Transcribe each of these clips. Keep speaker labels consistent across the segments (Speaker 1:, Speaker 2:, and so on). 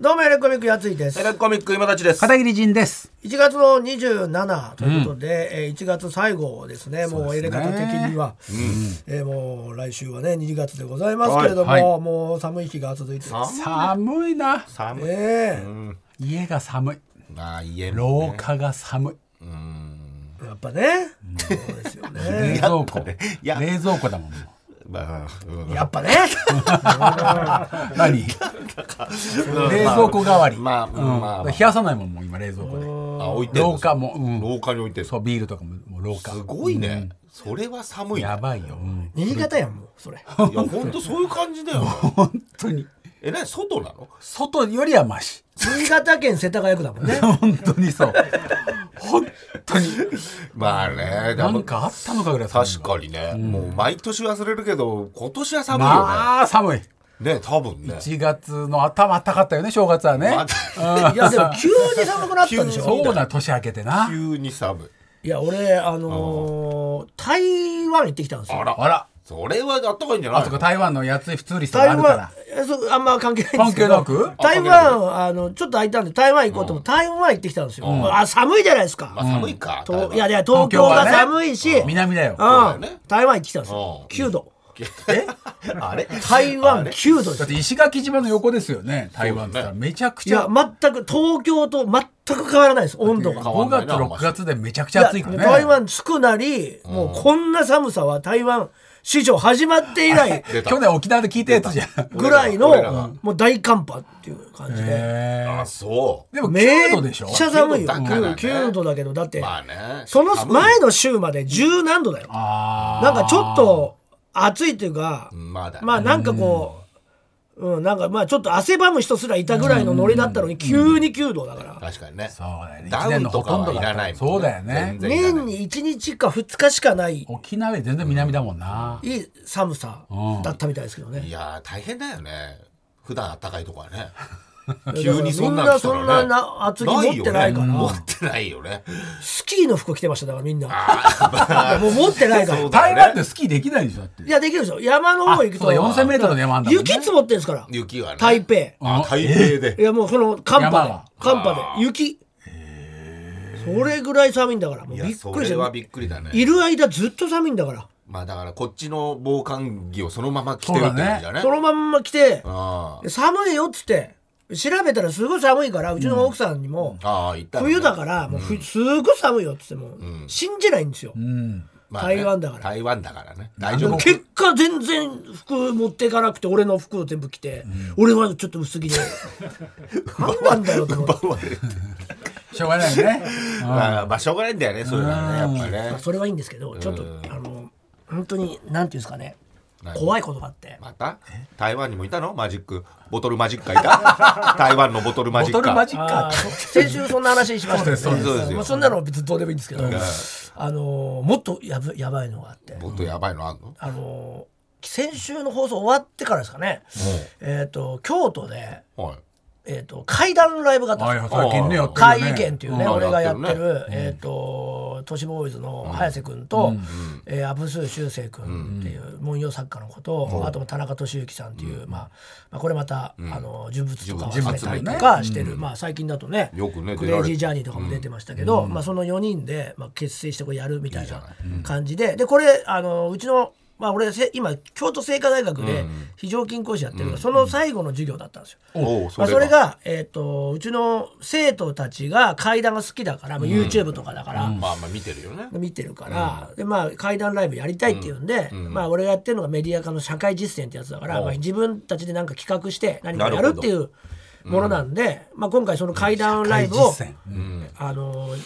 Speaker 1: どうもエレコミックやついです
Speaker 2: エレコミック今たちです。
Speaker 3: 片桐仁です。
Speaker 1: 1月の27ということで、えー1月最後ですねもう入れ方的には、えーもう来週はね2月でございますけれども、
Speaker 3: はいは
Speaker 1: もう寒い日が続いてます
Speaker 3: 寒いな。
Speaker 2: 寒い。
Speaker 1: ね
Speaker 3: 家が寒い。
Speaker 2: まあ家も
Speaker 3: 廊
Speaker 2: ね
Speaker 3: 下が寒い。
Speaker 1: えやっぱねそうですよね
Speaker 3: 冷蔵庫。
Speaker 2: ね
Speaker 3: 冷
Speaker 2: いや
Speaker 3: 蔵庫だもん。も
Speaker 2: まあうん
Speaker 1: やっぱね
Speaker 3: う何？冷蔵庫代わり。
Speaker 2: まあまあまあ
Speaker 3: うん冷やさないもんもう今冷蔵庫で。
Speaker 2: あ置いてんの
Speaker 3: 廊下も。うん
Speaker 2: 廊下に置いてる。
Speaker 3: そうビールとかももう廊下
Speaker 2: す。ごいね。それは寒いね。
Speaker 3: やばいよ。うん
Speaker 1: 新潟やんもうそれ
Speaker 2: いや本当そういう感じだ よ。
Speaker 3: 本当に。
Speaker 2: えなに外なの？
Speaker 3: 外よりはマシ。
Speaker 1: 新潟県世田谷区だもんね
Speaker 3: 本当にそう。本当に。
Speaker 2: まあね。で
Speaker 3: な
Speaker 2: も
Speaker 3: んかあったのかぐらい寒い
Speaker 2: 確かにね。もう毎年忘れるけど今年は寒いよ
Speaker 3: まあ寒い。
Speaker 2: ね。ね多分ね。
Speaker 3: 1月の頭暖かったよね正月はね。
Speaker 2: また
Speaker 1: いやでも急に寒くな ったでし
Speaker 2: 急に
Speaker 1: ょ
Speaker 3: そうだ年明けてな。
Speaker 2: 急に寒い。
Speaker 1: いや俺あのー台湾行ってきたんですよ
Speaker 2: あら
Speaker 3: あら。
Speaker 2: それはあったかいんじゃない
Speaker 3: あ
Speaker 2: の
Speaker 3: そこ台湾のやつい普通リストが
Speaker 1: 台
Speaker 3: あるか
Speaker 1: 湾
Speaker 3: ら。
Speaker 1: えそうあんま関係ないんですけど
Speaker 3: 関係なく
Speaker 1: 台湾あのちょっと空いたんで台湾行こうと思って、台湾行ってきたんですよ、あ寒いじゃないですか、
Speaker 2: まあ寒いか。
Speaker 1: と
Speaker 2: 台
Speaker 1: いや
Speaker 2: 湾
Speaker 1: いや東京が寒いし、
Speaker 3: うん南だよ。
Speaker 1: う
Speaker 3: だ
Speaker 2: だよ
Speaker 1: ん
Speaker 2: ね
Speaker 1: 台湾行ってきたんですよ、
Speaker 2: うん
Speaker 1: 9度
Speaker 2: え あれ
Speaker 1: 台湾9度で
Speaker 3: っ
Speaker 1: す
Speaker 3: て石垣島の横ですよね台湾って言っ
Speaker 2: そう
Speaker 3: た
Speaker 2: だ
Speaker 3: らめちゃく
Speaker 1: い
Speaker 3: ち
Speaker 1: や
Speaker 3: ゃ
Speaker 1: 全く東京と全く変わらないです温度が。
Speaker 2: 変わ
Speaker 3: 5
Speaker 2: んない
Speaker 3: 月
Speaker 2: な
Speaker 3: 6月でめちゃくち
Speaker 1: い
Speaker 3: ゃ
Speaker 1: や
Speaker 3: 暑いからね。
Speaker 1: 台湾着くなり、もうこんな寒さは台湾史上始まって以 来
Speaker 2: 出た
Speaker 3: 去年沖縄で聞いたやつじゃん。
Speaker 1: ぐらい
Speaker 2: 俺らが俺ら
Speaker 1: のもう大寒波っていう感じで。
Speaker 3: へー
Speaker 2: あそ
Speaker 3: でも
Speaker 1: めっ
Speaker 3: 9度でしょ
Speaker 1: ちゃ寒いよ。
Speaker 2: だからね
Speaker 1: 9度だけど、だって
Speaker 2: う。、まあね。
Speaker 1: その
Speaker 2: 寒い
Speaker 1: 前の週まで十何度だよ。
Speaker 3: あー
Speaker 1: なんかちょっと暑いというか、
Speaker 2: まだね。
Speaker 1: まあなんかこう、うん、なんかまあちょっと汗ばむ人すらいたぐらいのノリだったのに、急に9度だから。
Speaker 2: 確かにね。
Speaker 3: そうだよね。
Speaker 2: ダ
Speaker 3: 1
Speaker 2: ウ
Speaker 3: 年
Speaker 2: ン
Speaker 3: の
Speaker 2: と
Speaker 3: ほ
Speaker 2: か
Speaker 3: とん
Speaker 2: は
Speaker 3: ど
Speaker 2: い
Speaker 3: が
Speaker 2: らないもん
Speaker 3: そうだよね。
Speaker 2: 全然いら
Speaker 1: 年
Speaker 2: ない
Speaker 1: に1日か2日しかない、
Speaker 3: 沖縄より全然南だもんな。
Speaker 1: いい寒さだったみたいですけどね
Speaker 2: い。やー大変だよね。普段あったかいとこ はね。
Speaker 1: だから
Speaker 2: 急にそん
Speaker 1: みん
Speaker 2: な
Speaker 1: な
Speaker 2: の来た
Speaker 1: そん
Speaker 2: ら
Speaker 1: な
Speaker 2: ね
Speaker 1: な厚着持ってないから、
Speaker 2: よね持ってないよね。
Speaker 1: スキーの服着てました、だからみんな。
Speaker 2: あ
Speaker 1: もう持ってないから。
Speaker 3: 台湾ってスキーできないでしょだって
Speaker 1: い。や、できるでしょ。山の方行くと。
Speaker 3: あそうだ4000メートルの山あんだもんね
Speaker 1: 雪積もってるんですから
Speaker 2: ー。雪はね。
Speaker 1: 台北。
Speaker 2: あ台北
Speaker 1: い
Speaker 2: で。
Speaker 1: やもうその寒波
Speaker 3: 山
Speaker 1: で
Speaker 3: が
Speaker 1: 寒波で雪それぐらい寒いんだからもう
Speaker 2: い
Speaker 1: び
Speaker 2: や
Speaker 1: っ
Speaker 2: そ
Speaker 1: くりし
Speaker 2: れは
Speaker 1: て
Speaker 2: びっくりだね。
Speaker 1: いる間ずっと寒いんだから
Speaker 2: まあだからこっちの防寒着をそのまま着てるって感じだね。
Speaker 1: そのまんま来て
Speaker 2: あー
Speaker 1: 寒いよっつって調べたらすごい寒いからうちの奥さんにも
Speaker 2: あー行ったのね
Speaker 1: 冬だからもうふすごい寒いよっつっても信じないんですよ
Speaker 3: うん。
Speaker 2: まあね
Speaker 1: 台湾だから
Speaker 2: 台湾だからね。大丈夫。
Speaker 1: 結果全然服持っていかなくて俺の服を全部着て俺はちょっと薄 着で何なんだよ と思って
Speaker 3: しょうがない よね。
Speaker 2: まあまあしょうがないんだよねそれはねやっぱね
Speaker 1: まあ。それはいいんですけどちょっとあの本当になんていうんですかね
Speaker 2: 何
Speaker 1: 怖いことがあって
Speaker 2: また台湾にもいたのマジックボトルマジックがい た台湾のボトルマ
Speaker 3: ボ
Speaker 2: ジッ
Speaker 3: ト
Speaker 2: ク
Speaker 3: ルマジッ
Speaker 1: あ
Speaker 3: カ
Speaker 1: ー先週そんな話しましたよね
Speaker 3: そうです
Speaker 2: そうです
Speaker 1: まあそんなの別にどうでもいいんですけどあのーもっとやばやばいのがあって
Speaker 2: ボトルやばいのあんの
Speaker 1: あのー先週の放送終わってからですかねえっと京都で
Speaker 2: はい
Speaker 1: えっと怪談ライブがあったんです
Speaker 3: は
Speaker 1: よ
Speaker 3: いはい最近ねやってるよね
Speaker 1: 怪異研っていうね、
Speaker 2: うん
Speaker 1: 俺がやって
Speaker 2: やって
Speaker 1: る、えっ、と都市ボーイズの早瀬君と、えーアブスー修正君っていう文様作家の子と、あと田中俊之さんっていう、まあ、まあこれまた、あの呪物とかを集めたりとかしてる、まあ最近だとね
Speaker 2: よくね
Speaker 1: ク
Speaker 2: 出
Speaker 1: レ
Speaker 2: ら
Speaker 1: イジー
Speaker 2: れて
Speaker 1: ジャーニーとかも出てましたけど、まあその4人で、まあ、結成してこうやるみたいな感じででこれあのうちのまあ俺せ今京都精華大学で非常勤講師やってるから、その最後の授業だったんですよ。
Speaker 2: おうそ
Speaker 1: まあ、
Speaker 2: れ
Speaker 1: それ
Speaker 2: が
Speaker 1: が、えー、とうちの生徒たちが階段が好きだから、まあ、YouTube とかだから、
Speaker 2: まあまあ見てるよね
Speaker 1: 見てるから、でまあ、階段ライブやりたいっていうんで、まあ、俺がやってるのがメディア化の社会実践ってやつだから、まあ、自分たちで何か企画して何かやるっていうものなんで、まあ、今回その階段ライブを、
Speaker 3: 実践。
Speaker 1: あのー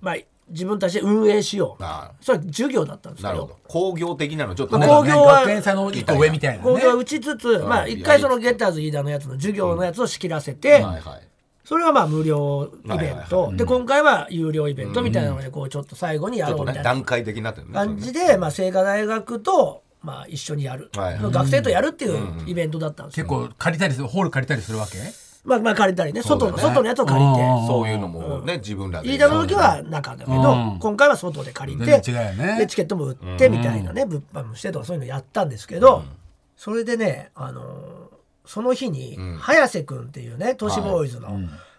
Speaker 1: まあ、自分たちで運営しよう
Speaker 2: あ
Speaker 1: それは授業だったんですけ
Speaker 2: な
Speaker 1: ど
Speaker 2: るほど工業的なのちょっと
Speaker 1: ま
Speaker 2: ね
Speaker 1: あ工
Speaker 3: ね
Speaker 1: 業は
Speaker 3: 学園祭の一個上みたいなね。
Speaker 1: これは打ちつつ、まあ、一回そのゲッターズ飯田のやつの授業のやつを仕切らせて、
Speaker 2: はいはい
Speaker 1: それはまあ無料イ
Speaker 2: はい
Speaker 1: ベン
Speaker 2: はい
Speaker 1: トで今回は有料イベントみたいなのでこうちょっと最後にや
Speaker 2: ちょ
Speaker 1: ろ
Speaker 2: っ
Speaker 1: う
Speaker 2: と
Speaker 1: み
Speaker 2: ね
Speaker 1: たいな
Speaker 2: 段階的になってるね
Speaker 1: 感じでまあ清華大学とまあ一緒にやる
Speaker 2: はい
Speaker 1: 学生とやるっていうイベントだったんです
Speaker 3: 結
Speaker 1: よ
Speaker 3: 構借りたりするホール借りたりするわけ
Speaker 1: まあまあ借りたりね外の外のやつを借り
Speaker 3: うん
Speaker 1: て
Speaker 2: そういうのもね自分らで
Speaker 1: 飯田の時は中だけど今回は外で借りて
Speaker 3: 全然違うよね
Speaker 1: でチケットも売ってみたいなね物販もしてとかそういうのやったんですけどそれでねあのーその日に、早瀬君っていうね都市ボーイズの、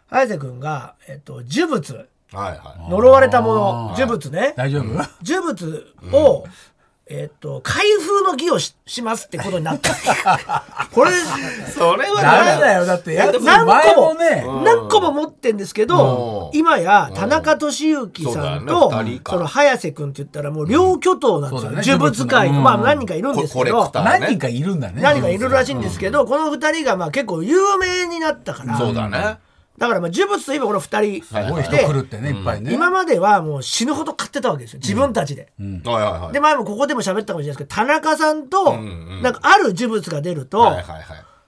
Speaker 1: 早瀬君が、えっと、呪物
Speaker 2: はいは
Speaker 1: 呪われたもの呪物ね
Speaker 3: 大丈夫
Speaker 1: 呪物を、えっと、開封の儀をししますってことになったこれ
Speaker 2: い。それは
Speaker 3: ダメだ
Speaker 2: よ。
Speaker 3: よ。だって、
Speaker 1: や
Speaker 3: や
Speaker 1: っぱ
Speaker 3: っぱ
Speaker 1: 何
Speaker 3: 前
Speaker 1: 個も
Speaker 3: もね、
Speaker 1: 何個も持ってんですけど
Speaker 2: うん
Speaker 1: 今や田中俊之さん
Speaker 2: そ
Speaker 1: と
Speaker 2: うだね二人か
Speaker 1: その早瀬君って言ったらもう両巨頭なんですよ
Speaker 3: う
Speaker 1: 呪
Speaker 3: ん
Speaker 1: 物界のまあ何人かいるんです
Speaker 2: コ
Speaker 1: け
Speaker 2: レク
Speaker 1: ど
Speaker 2: ター
Speaker 3: 何人かいるんだね。
Speaker 1: 何人かいるらしいんですけどこの二人がまあ結構有名になったから
Speaker 2: そう
Speaker 1: だ
Speaker 2: だね。
Speaker 1: からまあ呪物といえばこの二人
Speaker 2: はい
Speaker 3: すごい人
Speaker 1: で
Speaker 3: 来るってね、いっぱいね。
Speaker 1: 今まではもう死ぬほど買ってたわけですよ自分たちで。
Speaker 2: はいはいはい。
Speaker 1: で前もここでも喋ったかもしれないですけど田中さんと
Speaker 2: うん
Speaker 1: なんかある呪物が出ると
Speaker 2: はいはいはい。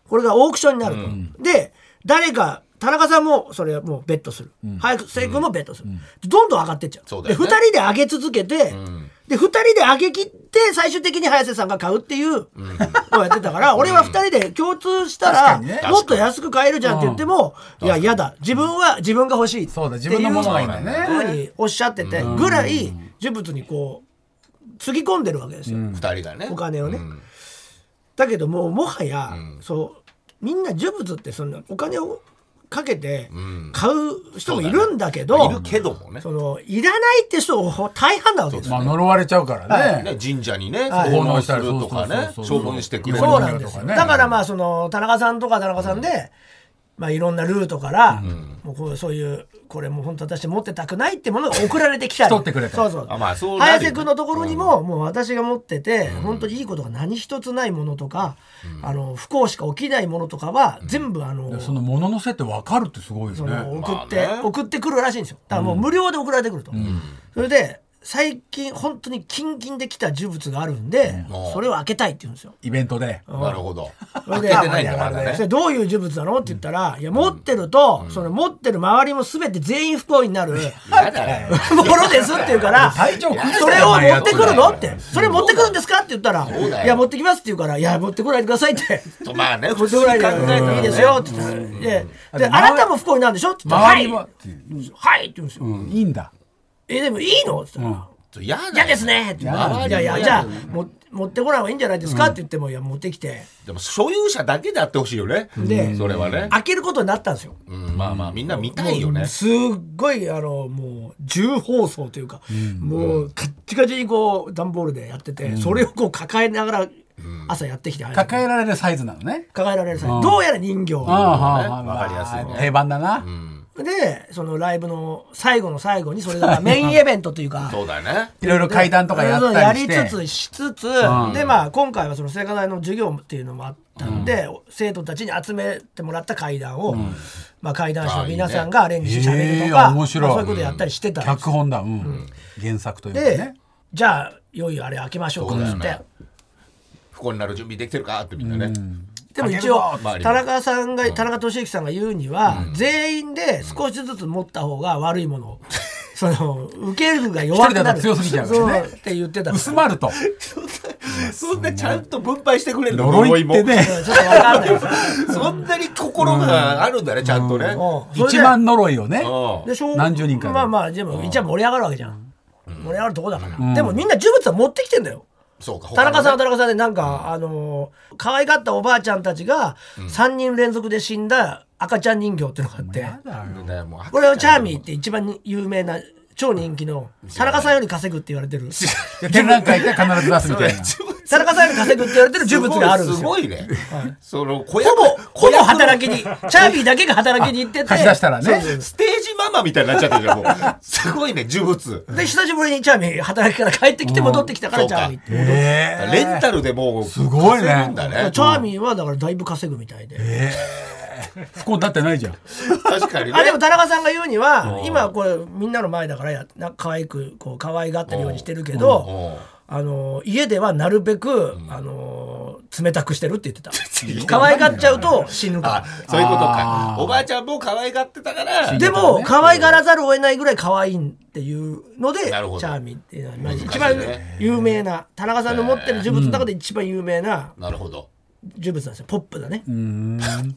Speaker 1: これがオークションになると、で誰か田中さんもそれもうベットする、早く成君もベットする、どんどん上がってっちゃう
Speaker 2: そうだ
Speaker 1: で
Speaker 2: よね
Speaker 1: 2人で上げ続けて、で2人で上げきって最終的に早瀬さんが買うっていうのをやってたから、俺は2人で共通した
Speaker 3: 確
Speaker 1: ら、
Speaker 3: かにね
Speaker 1: もっと安く買えるじゃんって言っても、いや嫌だ自分は自分が欲しいってい
Speaker 3: そうだ、自分のものがいいんだ
Speaker 1: ふう
Speaker 3: ね。
Speaker 1: におっしゃっててぐらい呪物にこうつぎ込んでるわけですよ。
Speaker 2: 二人がね。
Speaker 1: お金をね
Speaker 2: うん
Speaker 1: だけどもうもはや、そうみんな呪物ってそんなお金をかけて
Speaker 2: ん
Speaker 1: 買う人もいるんだけど、
Speaker 2: いるけどもね
Speaker 1: そ。のいらないって人が大半なわけです
Speaker 3: ま
Speaker 1: よ。
Speaker 3: あ、呪われちゃうからね
Speaker 2: ね。神社にね、
Speaker 1: はい
Speaker 2: 奉納するとか
Speaker 3: そう
Speaker 2: ね、
Speaker 3: そうそうそう
Speaker 2: 処分してくれる
Speaker 1: そうなんです
Speaker 3: と
Speaker 1: よ
Speaker 3: かね
Speaker 1: だからまあその田中さんとか田中さんで、まあいろんなルートから、もうこうそういうこれもう本当私持ってたくないってものが送られてきたり
Speaker 3: 取ってくれたり
Speaker 1: そうそう
Speaker 2: あまあそうなるよ
Speaker 1: 早瀬君のところにも、もう私が持ってて、本当にいいことが何一つないものとか、あの不幸しか起きないものとかは、全部あの、
Speaker 3: そのもののせって分かるってすごいよ
Speaker 1: その
Speaker 3: ね。
Speaker 1: 送って、
Speaker 2: まあね
Speaker 1: 送ってくるらしいんですよだからもう無料で送られてくると、それで最近本当にキンキンで来た呪物があるんで、
Speaker 2: うん
Speaker 1: それを開けたいって言うんですよ
Speaker 3: イベントで。
Speaker 2: なるほど。
Speaker 1: それ
Speaker 2: 開け
Speaker 1: で
Speaker 2: てないんだまだ
Speaker 1: それ
Speaker 2: ね。
Speaker 1: どういう呪物なのって言ったら、いや持ってると、その持ってる周りも全て全員不幸にな る
Speaker 2: やだよ
Speaker 1: ものですって言うから
Speaker 3: 体調崩
Speaker 1: それを持ってくるのっ
Speaker 2: う
Speaker 1: て
Speaker 2: ん
Speaker 1: それ持ってくるんですかって言ったら
Speaker 2: うだよ
Speaker 1: いや持ってきますって言うからいや持ってこないでくださいって
Speaker 2: とまあね、
Speaker 1: 持
Speaker 2: 普
Speaker 1: って
Speaker 2: 通
Speaker 1: こ
Speaker 2: に考
Speaker 1: ない
Speaker 2: え
Speaker 1: で
Speaker 2: たら
Speaker 1: いい
Speaker 2: ね
Speaker 1: ですよって言ったらでで
Speaker 3: う
Speaker 1: あ
Speaker 3: ん
Speaker 1: なたも不幸になるんでしょって言ったらは
Speaker 3: 周
Speaker 1: い
Speaker 3: りは、
Speaker 1: はいって言うんですよ
Speaker 3: いいんだ。
Speaker 1: えでもいいの?」って言ったら「
Speaker 2: 嫌だよ
Speaker 1: 嫌ですね」って言ったら「
Speaker 2: 周
Speaker 1: いやい
Speaker 2: りも嫌だよ
Speaker 1: やじゃあも持ってこない方がいいんじゃないですか」って言っても「いや持ってきて
Speaker 2: でも所有者だけであってほしいよね。
Speaker 1: で
Speaker 2: それはね。
Speaker 1: 開けることになったんですよ。
Speaker 2: うんまあまあみんな見たいよね。
Speaker 1: すっごいあのもう重包装というか、もうカッチカチにこう段ボールでやってて、それをこう抱えながら朝やってきて、
Speaker 3: 抱えられるサイズなのね。
Speaker 1: 抱えられるさ、どうやら人形
Speaker 3: ああ、
Speaker 2: わかりやすいね
Speaker 3: 定番だな。
Speaker 1: でそのライブの最後の最後にそれ がメインイベントというか
Speaker 2: そうだよね。
Speaker 3: いろいろ階段とかやっ
Speaker 1: そう
Speaker 3: たりして。
Speaker 1: やりつつしつつ、でまあ今回はその聖火台の授業っていうのもあったんで、生徒たちに集めてもらった階段を、まあ階段師の皆さんがアレンジして喋ると
Speaker 3: あ
Speaker 1: か、
Speaker 3: いいねえー面白
Speaker 1: ま
Speaker 3: い
Speaker 1: あそういうことやったりしてたんです
Speaker 3: 脚本だ、うん、原作というか
Speaker 1: で、
Speaker 3: ね。
Speaker 1: じゃあいよいよあれ開けましょうかっつ
Speaker 2: そ
Speaker 1: っ
Speaker 2: う
Speaker 1: て、
Speaker 2: だよね不幸になる準備できてるかってみんなね。
Speaker 1: でも一応
Speaker 2: 開けるぞ周りも
Speaker 1: 田中さんが田中俊之さんが言うには、全員で少しずつ持った方が悪いものを。 その受けるが弱くなる
Speaker 3: 一人だと強すぎちゃうからね
Speaker 1: そうって言ってたから
Speaker 3: 薄まると
Speaker 2: そんなちゃんと分配してくれるの
Speaker 3: 呪いってね
Speaker 1: うんちょっとわかんないです
Speaker 2: そんなに心があるんだね、ちゃんとね。
Speaker 1: うんそれで
Speaker 3: 一番呪いをね
Speaker 2: うん
Speaker 1: でしょう
Speaker 3: 何十人かで
Speaker 1: まあまあでも一応盛り上がるわけじゃん、盛り上がるとこだから、でもみんな呪物は持ってきてんだよ
Speaker 2: そうか、
Speaker 1: 田中さんは
Speaker 2: 他
Speaker 1: 田中さんでなんか、あのー可愛がったおばあちゃんたちが3人連続で死んだ赤ちゃん人形っていうのがあって、
Speaker 2: のね。もう
Speaker 1: これをチャー ミーって一番有名な超人気の田中さんより稼ぐって言われてる
Speaker 3: で展覧会で必ず出すみたいな
Speaker 1: 田中さんより稼ぐって言われてる呪物があるんです
Speaker 2: す
Speaker 1: よ
Speaker 2: ごいね。その小
Speaker 1: ほ
Speaker 2: 役
Speaker 1: ぼほぼ働
Speaker 2: き
Speaker 1: きにチャーミーだけが働きに行ってて
Speaker 3: 貸し出したら
Speaker 1: そう
Speaker 3: ね
Speaker 1: そう
Speaker 2: ステージママみたいになっちゃってるじゃんもうすごいね呪物
Speaker 1: で久しぶりにチャーミー働きから帰ってきて戻ってきたから
Speaker 2: そう
Speaker 1: チャー
Speaker 2: か
Speaker 1: ミーって
Speaker 3: ええ
Speaker 2: レンタルでもうす
Speaker 3: ごいね
Speaker 2: んだね
Speaker 1: チャーミーはだからだいぶ稼ぐみたいで、
Speaker 3: 不幸になってないじゃん
Speaker 2: 確かにね
Speaker 1: あでも田中さんが言うには今これみんなの前だからやな可愛くこう可愛がってるようにしてるけど
Speaker 2: も
Speaker 1: あの家ではなるべくあの冷たくしてるって言ってた可愛がっちゃうと死ぬか
Speaker 2: うそういうことか
Speaker 3: あー
Speaker 2: おばあちゃんも可愛がってたから
Speaker 1: らでも可愛がらざるを得ないぐらい可愛いっていうのでチ
Speaker 2: な
Speaker 1: ャ
Speaker 2: るほど
Speaker 1: ーミーっていうのはまあ
Speaker 2: 難しいね
Speaker 1: 一番有名な田中さんの持ってる呪物の中で一番有名な
Speaker 2: なるほど
Speaker 1: 呪物なんですよポップだね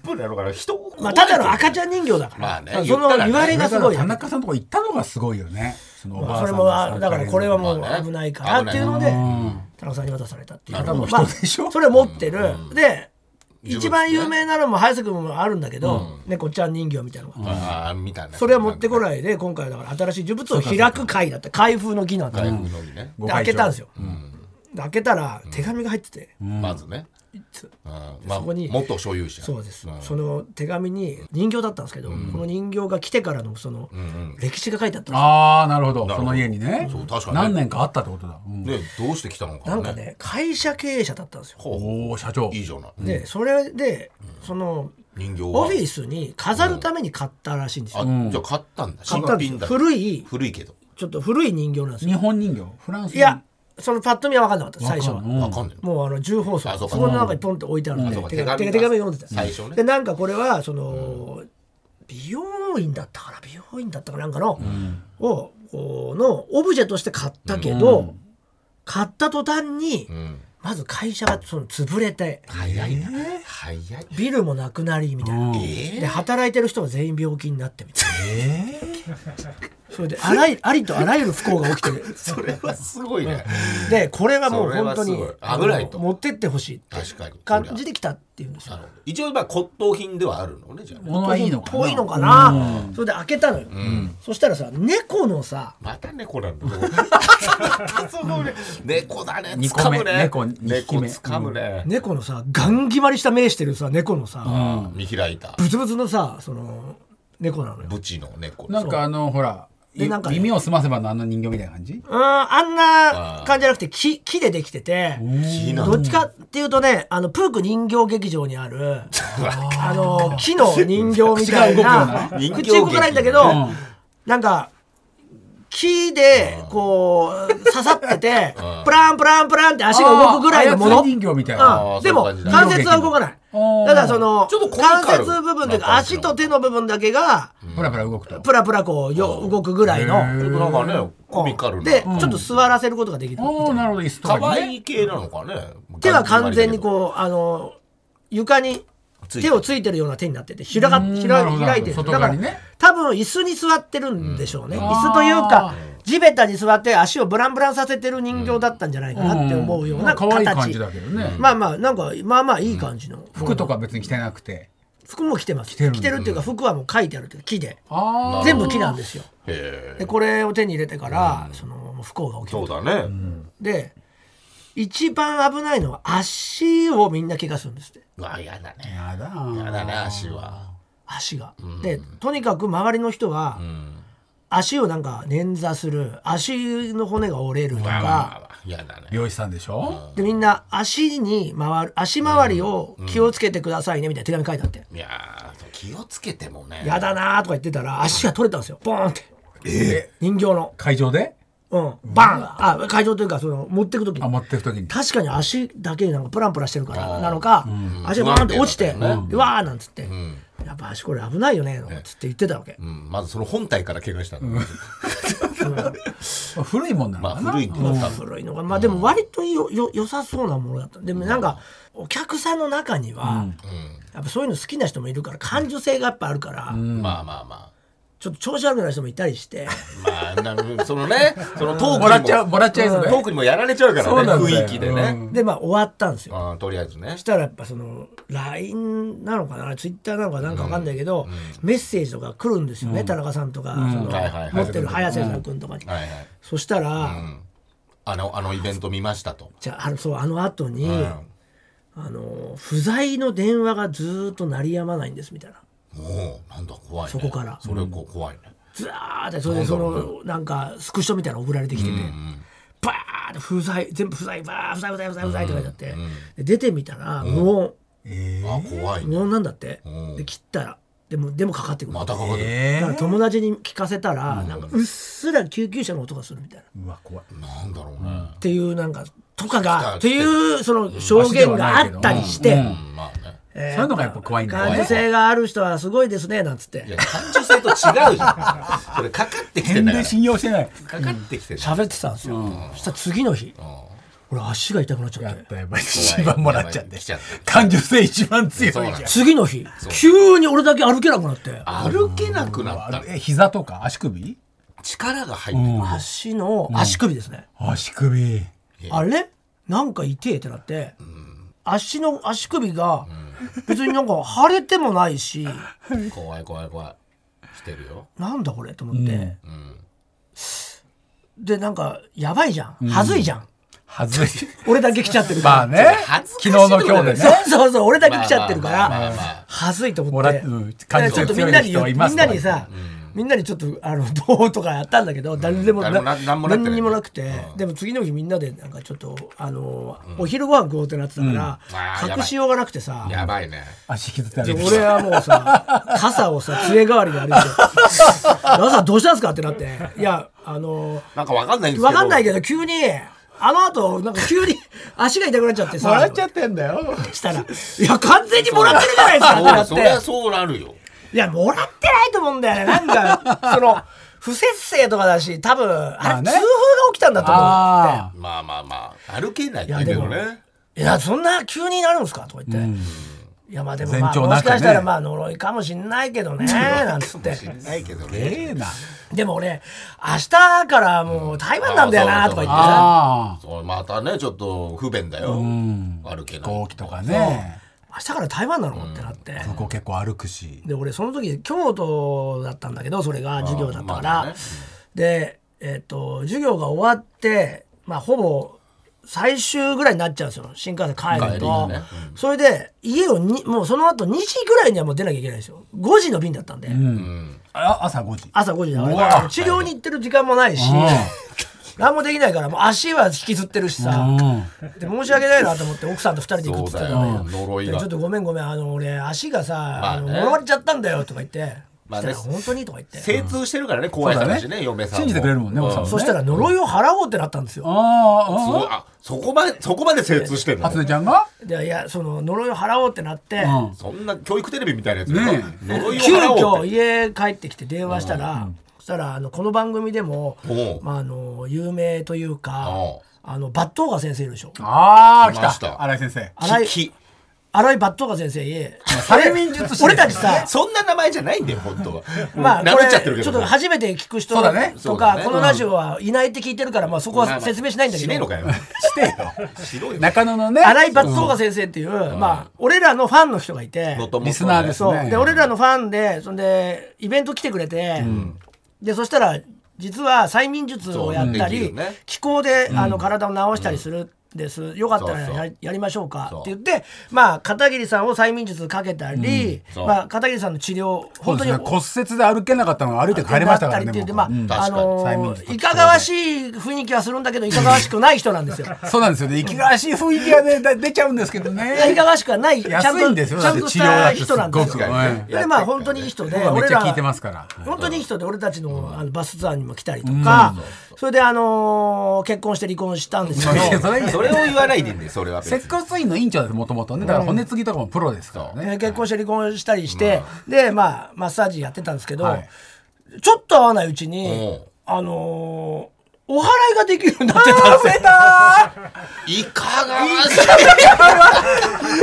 Speaker 2: プールやろうから人を
Speaker 1: まあただの赤ちゃん人形だか
Speaker 2: まあ
Speaker 1: ら
Speaker 2: ね
Speaker 1: その
Speaker 2: 言ったらね
Speaker 1: 言われがすごいよ
Speaker 3: 田
Speaker 1: ね
Speaker 3: 中さんのとこ行ったのがすごいよねそのおば
Speaker 1: そ
Speaker 3: あさん
Speaker 1: れ
Speaker 3: の
Speaker 1: もあだからこれはもう
Speaker 2: まあね
Speaker 1: 危ないからっていうので
Speaker 2: 危
Speaker 1: 田中さんに渡されたっていう
Speaker 2: なるほど
Speaker 1: まあ
Speaker 3: 人でしょ
Speaker 1: それを持ってるで一番有名なのも早瀬君もあるんだけど、猫ちゃん人形みたいなのが、
Speaker 2: ああみたいな
Speaker 1: それは持ってこ
Speaker 2: い
Speaker 1: ないで今回はだから新しい呪物を開く会だった開封の儀なんだ
Speaker 2: 財
Speaker 1: で
Speaker 2: 布のみね、
Speaker 3: ご会長
Speaker 1: 開けたんですよ、で開けたら手紙が入ってて、
Speaker 2: まずね、うんまあ、
Speaker 1: そこに
Speaker 2: 元所有者
Speaker 1: そうです、
Speaker 2: ん
Speaker 1: その手紙に人形だったんですけど、この人形が来てからのその歴史が書いてあったんですよ
Speaker 3: ああ、なるほど。その家にね。
Speaker 2: そう確かにね
Speaker 3: 何年かあったってことだ。うん
Speaker 2: ねどうして来たのか
Speaker 1: なんかね会社経営者だったんですよ
Speaker 2: ほうほ
Speaker 3: おお、社長
Speaker 2: うい。いじゃない、
Speaker 1: でそれでその
Speaker 2: 人形は
Speaker 1: オフィスに飾るために買ったらしいんです
Speaker 2: あ、
Speaker 1: よ
Speaker 2: じゃあ買ったんだ
Speaker 1: 買ったんで
Speaker 2: 新
Speaker 1: す
Speaker 2: 品
Speaker 1: よ
Speaker 2: だ
Speaker 1: 古い
Speaker 2: 古いけど
Speaker 1: ちょっと古い人形なんですよ
Speaker 3: 日本人形。フランス人
Speaker 1: いや、そのパッと見は分かんなかった最初
Speaker 3: わ
Speaker 1: は
Speaker 3: かんない
Speaker 2: わかんない
Speaker 1: もうあの重包
Speaker 2: あ
Speaker 1: 装
Speaker 2: そ
Speaker 1: そう
Speaker 2: か
Speaker 1: この中にポンって置いてあるんで
Speaker 2: うん
Speaker 1: 手紙
Speaker 2: あ
Speaker 1: 手
Speaker 2: そうか
Speaker 1: 紙
Speaker 2: 手紙が
Speaker 1: 読んでた
Speaker 2: 最初ね
Speaker 1: でなんかこれはその、美容院だったかな美容院だったかなんかの、をこうのオブジェとして買ったけど、買った途端に、
Speaker 2: うん
Speaker 1: まず会社がその潰れて
Speaker 2: 早いな、早い
Speaker 1: ビルもなくなりみたいな、で働いてる人も全員病気になってみたいな、それであらゆありとあらゆる不幸が起きてる
Speaker 2: それはすごいね
Speaker 1: でこれはもう
Speaker 2: それは
Speaker 1: 本当
Speaker 2: すごい
Speaker 1: に
Speaker 2: 危ないと
Speaker 1: あの持ってってほしいって
Speaker 2: 確かに
Speaker 1: 感じできたっていうんですよ
Speaker 2: なるほど一応まあ骨董品ではあるのねじゃあね、
Speaker 3: 物はいいのかな。
Speaker 1: 遠いのかな、それで開けたのよ、そしたらさ猫のさ
Speaker 2: また猫なん だ。そのね猫だね。
Speaker 3: 二個
Speaker 2: 掴
Speaker 3: 目
Speaker 2: むね。
Speaker 3: 猫二匹
Speaker 2: 猫
Speaker 3: 目
Speaker 2: 掴むね。
Speaker 1: 猫のさガン決まりした目してるさ猫のさ、
Speaker 2: 見開いた。
Speaker 1: ブツブツのさその猫なのよ
Speaker 2: ブチの猫。
Speaker 3: なんかあの、ほら、
Speaker 1: で
Speaker 3: い
Speaker 1: なんかね
Speaker 3: 耳を澄ませばのあの人形みたいな感じ
Speaker 1: うんあんな感じじゃなくて木木でできてて
Speaker 2: 木なの
Speaker 1: どっちかっていうとねあのプーク人形劇場にあるあの木の人形みたいな
Speaker 2: 口が動くような
Speaker 1: 口動かないんだけど、なんか木でこう刺さっててプランプランプランって足が動くぐらいのも
Speaker 3: あー
Speaker 1: の
Speaker 3: 操り人形みたいな。
Speaker 1: う
Speaker 2: あー
Speaker 1: んでも
Speaker 2: そういう感じだ
Speaker 1: 関節は動かない
Speaker 3: うん
Speaker 1: ただその
Speaker 2: ちょっとコミ
Speaker 1: 関
Speaker 2: カル
Speaker 1: 節部分という
Speaker 2: な
Speaker 1: か
Speaker 2: 感じの
Speaker 1: 足と手の部分だけが
Speaker 3: プラプラ動くと。
Speaker 1: プラプラこうよ動くぐらいの。
Speaker 2: ちょっとなんかねコミカルな。
Speaker 1: で、ちょっと座らせることができたみたい
Speaker 3: おお、
Speaker 1: な
Speaker 3: なるほど、椅子とか
Speaker 2: 可
Speaker 3: にね。
Speaker 2: 愛い系なのかね。
Speaker 1: 手は完全にこうあの床に
Speaker 2: ついてる
Speaker 1: 手をついてるような手になってて開か
Speaker 3: うん
Speaker 1: 開
Speaker 3: なるほど
Speaker 1: 開いてる
Speaker 3: 外
Speaker 1: だか
Speaker 3: 側
Speaker 1: ら
Speaker 3: にね
Speaker 1: 多分椅子に座ってるんでしょうね、
Speaker 3: ん
Speaker 1: 椅子という
Speaker 3: あ
Speaker 1: か地べたに座って足をブランブランさせてる人形だったんじゃないかなって思うような
Speaker 3: 可愛い感
Speaker 1: 形
Speaker 3: じだけどね。
Speaker 1: まあまあなんかまあまあいい感じの、
Speaker 3: 服とか別に着てなくて。
Speaker 1: 服も着てます着
Speaker 3: てるんだ
Speaker 1: てるっていうか服はもう書いてあるというか木で
Speaker 3: あ
Speaker 1: 全部木なんですよ
Speaker 2: う。へえ
Speaker 1: でこれを手に入れてから、そのもう不幸が起きた
Speaker 2: そうだね。
Speaker 1: で一番危ないのは足をみんな怪我するんですって
Speaker 2: うわやだね。
Speaker 3: あ。やだ
Speaker 2: やだ
Speaker 3: な。
Speaker 2: ね足は。
Speaker 1: 足が。でとにかく周りの人は
Speaker 2: うん。
Speaker 1: 足をなんか捻挫する足の骨が折れると
Speaker 2: わわわ
Speaker 1: か
Speaker 2: わやだね。
Speaker 3: 美容師さんでしょ
Speaker 1: でみんな足に回る足回りを気をつけてくださいねみたいな手紙書いてあって。
Speaker 2: いやーそう気をつけてもね。
Speaker 1: やだなーとか言ってたら足が取れたんですよボーンって
Speaker 3: え
Speaker 1: 人形の、
Speaker 3: 会場で
Speaker 1: うん、バンあ会場というかその持ってく時
Speaker 3: あ
Speaker 1: に
Speaker 3: 持ってく時に。
Speaker 1: 確かに足だけなんかプランプラしてるからなのか、足がバーンって落ちて「う
Speaker 2: う
Speaker 1: んわー」なんつって、やっぱ足これ危ないよね」なんつって言ってたわけ、
Speaker 2: うん。まずその本体から怪我したの。
Speaker 3: まあ古いもんなの
Speaker 2: ま
Speaker 3: か
Speaker 2: あ
Speaker 3: な。
Speaker 2: 古いんだよ多分。
Speaker 1: 古いのがまあでも割とよよ良さそうなものだったでもなんかお客さんの中には、やっぱそういうの好きな人もいるから感受性がやっぱあるから、
Speaker 2: まあまあまあ。
Speaker 1: ちょっと調子悪くなる人もいたりして
Speaker 2: まあ、なるその ね、そのトークにも
Speaker 3: もらっちゃう、もらっちゃいそ
Speaker 2: ト
Speaker 3: うだ
Speaker 2: ー
Speaker 3: よ。
Speaker 2: クにもやられちゃうか
Speaker 3: そうな
Speaker 2: ら
Speaker 3: ん
Speaker 2: ね、
Speaker 3: だ
Speaker 2: 雰
Speaker 3: よ
Speaker 2: 囲気でね。
Speaker 1: でまあ終わったんですよ。
Speaker 2: うんとりあえずね
Speaker 1: そし。たらやっぱその LINE なのかなツイッターなのかなんかわかんないけど、メッセージとか来るんですよね、田中さんとか、その
Speaker 2: はいはい
Speaker 1: 持ってる早瀬さん君とかに。
Speaker 2: はいはい。
Speaker 1: そしたら、
Speaker 2: あの、あのイベント見ましたと。
Speaker 1: じゃああのそうあの後に、
Speaker 2: うん
Speaker 1: あの不在の電話がずーっと鳴りやまないんですみたいな。
Speaker 2: もう、なんだ怖いね。
Speaker 1: そこから
Speaker 2: それこう怖いね。
Speaker 1: ずーってそれでそのなんかスクショみたいなの送られてきてて、バーって不在全部不在バー不在不在不在不在って書いてあって、で出てみたら無音、
Speaker 2: あ、怖い
Speaker 1: 無
Speaker 2: ね。
Speaker 1: 音なんだって、
Speaker 2: うん
Speaker 1: で切ったらでもでもかかってくる、
Speaker 2: また
Speaker 1: だ
Speaker 2: かかる。
Speaker 3: え
Speaker 1: から友達に聞かせたら、なんかうっすら救急車の音がするみたいな、
Speaker 3: うわ、怖い。
Speaker 2: なんだろうね。
Speaker 1: っていうなんかとか
Speaker 2: 来
Speaker 1: が
Speaker 2: た
Speaker 1: っていうその証言があったりして。
Speaker 2: うん、まあね。
Speaker 3: そういうのがやっぱ怖いんだ
Speaker 1: 感
Speaker 3: よ
Speaker 1: 受
Speaker 3: ね。
Speaker 1: 性がある人はすごいですねなんつっ
Speaker 2: い
Speaker 1: て
Speaker 2: や、感受性と違うじゃん。それかかってきてん
Speaker 3: 全
Speaker 2: だから。
Speaker 3: 然信用してない。
Speaker 2: かかってきてんだ
Speaker 1: 喋ってたんですよ、そしたら次の日、俺足が痛くなっちゃ
Speaker 3: や
Speaker 1: っ
Speaker 3: ってた、やっぱり一番もらっちゃって
Speaker 2: 来ちゃった。
Speaker 3: 感受性一番強いじゃ
Speaker 2: そうなん
Speaker 3: ん
Speaker 2: で。
Speaker 1: 次の日急に俺だけ歩けなくなって
Speaker 2: 歩けなくな
Speaker 3: あ
Speaker 2: った
Speaker 3: の。え膝とか足首
Speaker 2: 力が入って
Speaker 1: 足の足首ですね、
Speaker 3: 足首。
Speaker 1: あれなんか痛えってなって、足の足首が別になんか腫れてもないし
Speaker 2: 怖い怖い怖いしてるよ
Speaker 1: なんだこれと思って、
Speaker 2: うん
Speaker 1: でなんかやばいじゃんはずいじゃん、
Speaker 3: はずい。
Speaker 1: 俺だけ来ちゃってるか
Speaker 3: ま
Speaker 1: ら、
Speaker 3: あね。
Speaker 2: 恥ず
Speaker 3: 昨
Speaker 2: かし
Speaker 3: 日
Speaker 2: い
Speaker 3: の今日で
Speaker 1: そ
Speaker 3: ね。
Speaker 1: うそうそう俺だけ来ちゃってるから、
Speaker 2: まあまあまあまあ
Speaker 1: はずいと思
Speaker 3: も
Speaker 1: っ
Speaker 3: ら
Speaker 1: て
Speaker 3: ううん感
Speaker 1: ちょ
Speaker 3: 情
Speaker 1: っとみ
Speaker 3: が強
Speaker 1: んな
Speaker 3: い
Speaker 1: に
Speaker 3: 人
Speaker 1: 言う
Speaker 3: はい
Speaker 1: みん
Speaker 3: ます
Speaker 1: なにさ、みんなにちょっとあのどうとかやったんだけど誰でも
Speaker 2: 誰もななんもなってない
Speaker 1: にもなくて、でも次の日みんなでなんかちょっとあの、お昼ご飯食おうってなってたか
Speaker 2: ー
Speaker 1: ら、
Speaker 2: やばい
Speaker 1: 隠しようがなくてさ
Speaker 2: やばいね
Speaker 3: 足引きずってあ
Speaker 1: で
Speaker 3: る。
Speaker 1: 俺はもうさ 傘をさ杖代わりで歩いて「皆さんどうしたんですか?」ってなって「いやあの
Speaker 2: なんかわかんないんですけど
Speaker 1: わかんないけど急にあの後なんか 急に足が痛くなっちゃってさ
Speaker 3: もらっちゃってんだよ。
Speaker 1: したら「いや完全にもらってるじゃないですか」ってな
Speaker 2: そう
Speaker 1: っ
Speaker 2: そりゃ
Speaker 1: て。
Speaker 2: そうなるよ
Speaker 1: いや、もらってないと思うんだよね。なんか、その、 不節制とかだし、多分、あ
Speaker 3: あ
Speaker 1: れ、
Speaker 3: ね
Speaker 1: 痛風が起きたんだと思う
Speaker 3: ああ。
Speaker 2: まあまあまあ歩けないんだけど
Speaker 1: いや
Speaker 2: ね
Speaker 1: って。いや、そんな急になるんですかとか言って。いや、まあでも、ま
Speaker 3: 前
Speaker 1: あ、
Speaker 3: 兆
Speaker 1: も
Speaker 3: な
Speaker 1: し
Speaker 3: くね
Speaker 1: かしたら、まあ、呪いかもしんないけ どね、なんつって。
Speaker 2: 知んないけど
Speaker 3: え
Speaker 2: ね
Speaker 3: えな。
Speaker 1: でも俺、明日からもう台湾なんだよな、とか言ってさ。
Speaker 3: ああ。
Speaker 2: それまたねちょっと不便だよ歩けない
Speaker 3: 飛行機とかね。
Speaker 1: 明日から台湾なのってなって。
Speaker 3: 空港結構歩くし。
Speaker 1: で、俺、その時、京都だったんだけど、それが授業だったか
Speaker 2: まあ
Speaker 1: ら
Speaker 2: ね。
Speaker 1: で、えっと、授業が終わって、まあ、ほぼ最終ぐらいになっちゃうんですよ、新幹線帰
Speaker 2: 帰
Speaker 1: る
Speaker 2: りが
Speaker 1: と。
Speaker 2: ね
Speaker 1: それで、家をに、もうその後2時ぐらいにはもう出なきゃいけないんですよ。5時の便だったんで、
Speaker 2: うん
Speaker 3: あ朝5時。
Speaker 1: 朝5時だか
Speaker 3: うわ
Speaker 1: ら、治療に行ってる時間もないし、何もできないから、もう足は引きずってるしさ。で申し訳ないなと思って奥さんと2人で食ってた
Speaker 2: そ
Speaker 1: の
Speaker 2: うだよ呪い
Speaker 1: で
Speaker 2: が
Speaker 1: ちょっとごめんごめんあの俺足がさ、
Speaker 2: ま
Speaker 1: あ
Speaker 2: あ
Speaker 1: の
Speaker 2: ね
Speaker 1: 呪われちゃったんだよとか言って、
Speaker 2: まあ
Speaker 1: そ
Speaker 2: ね
Speaker 1: したら本当にとか言って
Speaker 2: 精通してるからね怖い話ね嫁さんも
Speaker 3: 信じてくれるもんね
Speaker 2: う
Speaker 3: 奥さんも
Speaker 1: そしたら呪いを払おうってなったんですよ、
Speaker 2: す
Speaker 3: あ
Speaker 2: ごいあそこまでそこまで精通してる
Speaker 3: あ。
Speaker 2: の
Speaker 3: 初音ちゃんが。
Speaker 1: でいやその呪いを払おうってなって、
Speaker 3: うん。
Speaker 2: そんな教育テレビみたいなやつ
Speaker 3: ね
Speaker 2: 呪いを
Speaker 1: 急
Speaker 2: 払お
Speaker 1: 遽
Speaker 2: うって
Speaker 1: 家帰ってきて電話したら、そしたらあのこの番組でも
Speaker 2: おう、
Speaker 1: まあ、あの有名というか
Speaker 2: おう
Speaker 1: あのバットーガ先生いるでしょ
Speaker 3: ああ
Speaker 2: 来ま
Speaker 3: 来。
Speaker 2: したた
Speaker 3: 荒井先生。
Speaker 1: 荒井
Speaker 2: 聞き
Speaker 1: 荒井バットーガ先生に
Speaker 3: 催眠術 師
Speaker 1: 俺たちさ
Speaker 2: そんな名前じゃないんだよ本当は
Speaker 1: まあ、
Speaker 2: な
Speaker 1: こ
Speaker 2: め
Speaker 1: れ
Speaker 2: ちゃってるけ
Speaker 1: ちょ
Speaker 2: ど
Speaker 1: っと初めて聞く人
Speaker 3: そうだね
Speaker 1: と
Speaker 2: そうだ
Speaker 1: か、
Speaker 2: ね
Speaker 1: このラジオはいないって聞いてるから、まあ、そこは説明しないんだけ
Speaker 2: しねえの
Speaker 1: ど、
Speaker 2: かよしろよ
Speaker 3: 中野のね。
Speaker 1: 新井バットーガ先生っていう、まあ、俺らのファンの人がいて、
Speaker 2: 元々ね
Speaker 3: リスナーで す
Speaker 1: そう、
Speaker 3: ね
Speaker 1: で、俺らのファンで、そんで、イベント来てくれて、で、そしたら、実は催眠術をやった
Speaker 2: そうで
Speaker 1: り、
Speaker 2: きるね
Speaker 1: 気候で、あの体を治したりする。んですよかったらや
Speaker 2: そうそう
Speaker 1: やりましょうか
Speaker 2: そう
Speaker 1: って言ってまあ片桐さんを催眠術かけたり、
Speaker 2: そう
Speaker 1: まあ、片桐さんの治療
Speaker 3: そう
Speaker 1: 本当
Speaker 3: です
Speaker 1: に
Speaker 3: ね骨折で歩けなかったのが歩いて帰りましたから
Speaker 1: なったりって言
Speaker 3: ね。
Speaker 1: って
Speaker 3: 僕
Speaker 1: まあ、
Speaker 3: うん
Speaker 1: あ
Speaker 3: 催
Speaker 1: の
Speaker 3: 眠術
Speaker 1: ーいかがわしい雰囲気はするんだけど、いかがわしくない人なんです よ。
Speaker 3: そうなんですよね。息がしい雰囲気がねだ出ちゃうんですけど
Speaker 1: いやい
Speaker 3: ね。
Speaker 1: かがわしくはない、ちゃん
Speaker 3: 安いん
Speaker 1: と、
Speaker 3: で
Speaker 1: ち
Speaker 3: すよ。
Speaker 1: ゃんとし
Speaker 3: だ
Speaker 1: た
Speaker 3: って治
Speaker 1: 人なんです
Speaker 3: 療
Speaker 1: よ。
Speaker 3: だってすっごく
Speaker 2: よ
Speaker 1: で、まあ、本当にいい人で、
Speaker 3: 僕はめっ
Speaker 1: 俺
Speaker 3: ちゃ
Speaker 1: ら
Speaker 3: 聞いてますから。
Speaker 1: 本当にいい人で、俺たちのあのバスツアーにも来たりとか、それで、あのー、結婚して離婚したんですけ
Speaker 3: いや
Speaker 1: ど、
Speaker 3: それいい
Speaker 2: それを言わないでいいんだよそれは別に
Speaker 3: 接骨院の院長ですもともとねだから骨継ぎとかもプロですからね、
Speaker 1: えー結婚して離婚したりして、で、まあ、マッサージやってたんですけど
Speaker 3: はい、
Speaker 1: ちょっと合わないうち
Speaker 2: お
Speaker 1: に
Speaker 2: う、
Speaker 1: あのー、お祓いができるようになってたんですよ。
Speaker 2: いかがわしい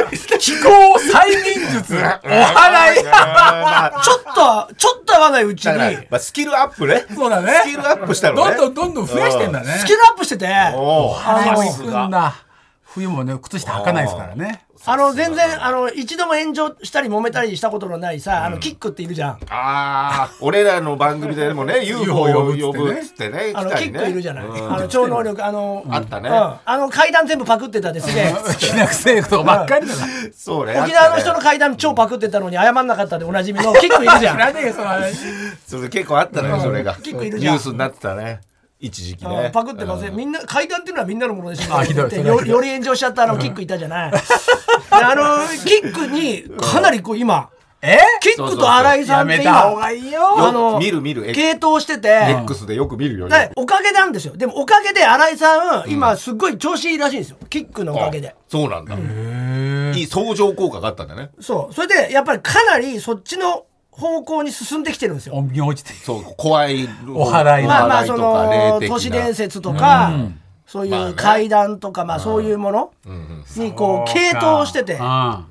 Speaker 3: 気候催眠術お祓い
Speaker 1: ちょっと、ちょっと合わないうち
Speaker 2: だから
Speaker 1: に、
Speaker 2: まあスキルアップね
Speaker 3: そうだね
Speaker 2: スキルアップしたの
Speaker 3: ど
Speaker 2: ね
Speaker 3: んどんどんどん増やしてんだね
Speaker 1: スキルアップしてて、
Speaker 2: おう
Speaker 3: あも
Speaker 1: あ
Speaker 3: 行くんだ冬もね靴下履かないですからね
Speaker 1: の、あの全然、あの、一度も炎上したり揉めたりしたことのないさ、あの、キックっているじゃん。
Speaker 2: ああ俺らの番組でもね UFO を呼ぶっつってね
Speaker 1: あ
Speaker 2: 来
Speaker 1: の、
Speaker 2: た
Speaker 1: キ
Speaker 2: り
Speaker 1: ッ
Speaker 2: ね
Speaker 1: クいるじゃない。
Speaker 2: うん
Speaker 1: あの、超能力、あの、
Speaker 2: あったね
Speaker 1: うんあの、階段全部パクってたですね。
Speaker 3: きな臭いとかばっかり だから
Speaker 2: そうね
Speaker 1: 沖縄の
Speaker 2: あった
Speaker 1: 人
Speaker 2: ね
Speaker 1: の階段超パクってたのに謝んなかったでおなじみのキックいるじゃん。
Speaker 3: ねえその話
Speaker 2: そう結構あったのよそれが
Speaker 1: 結構いる
Speaker 2: ニ
Speaker 1: じゃん
Speaker 2: ュースになってたね一時期
Speaker 1: う
Speaker 2: ね
Speaker 1: んパクってません、みんな階段っていうのはみんなのものでしょ
Speaker 3: あひどい
Speaker 1: って
Speaker 3: それは
Speaker 1: よ
Speaker 3: ひどい
Speaker 1: より炎上しちゃったあのキックいたじゃないであのキックにかなりこう今
Speaker 3: え
Speaker 1: キックと新井さんって今
Speaker 3: やめた方がいいよ
Speaker 1: あの
Speaker 2: 見る見る
Speaker 1: 系統してて
Speaker 2: X でよく見るよね
Speaker 1: でおかげなんですよでもおかげで新井さん今すっごい調子いいらしいんですよキックのおかげで
Speaker 2: あそうなんだいい相乗効果があったんだね
Speaker 1: そうそれでやっぱりかなりそっちの方向に進んできてるんですよ
Speaker 3: 音に落ちて
Speaker 2: そう怖い
Speaker 3: お祓い
Speaker 1: まあまあ
Speaker 2: お祓いと
Speaker 1: そ
Speaker 2: か
Speaker 1: の
Speaker 2: 霊的な
Speaker 1: 都市伝説とかそうい
Speaker 2: まあ
Speaker 1: う
Speaker 2: ね
Speaker 1: 階段とかまあそういうものにこう系統してて
Speaker 3: あ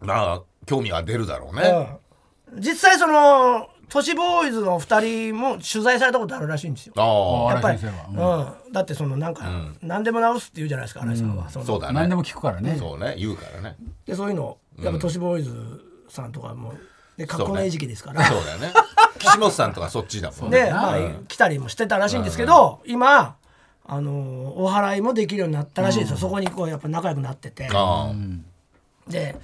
Speaker 2: まあ興味は出るだろうね、
Speaker 1: うん実際その都市ボーイズの2人も取材されたことあるらしいんですよ。
Speaker 2: ああ
Speaker 3: あ
Speaker 1: やっぱり、
Speaker 3: 荒井先生
Speaker 1: うん、だってそのなんか、何でも直すって言うじゃないですか荒井さんは、その
Speaker 2: そうだね
Speaker 3: 何でも聞くからね
Speaker 2: そうね言うからね
Speaker 1: でそういうのやっぱ都市ボーイズさんとかもで格好のいい時期ですから、
Speaker 2: そうだよ ね岸本さんとかそっちだもんね
Speaker 1: で、まあ、来たりもしてたらしいんですけど、今あのお払いもできるようになったらしいですよ、そこにこうやっぱ仲良くなってて
Speaker 2: ああ
Speaker 1: で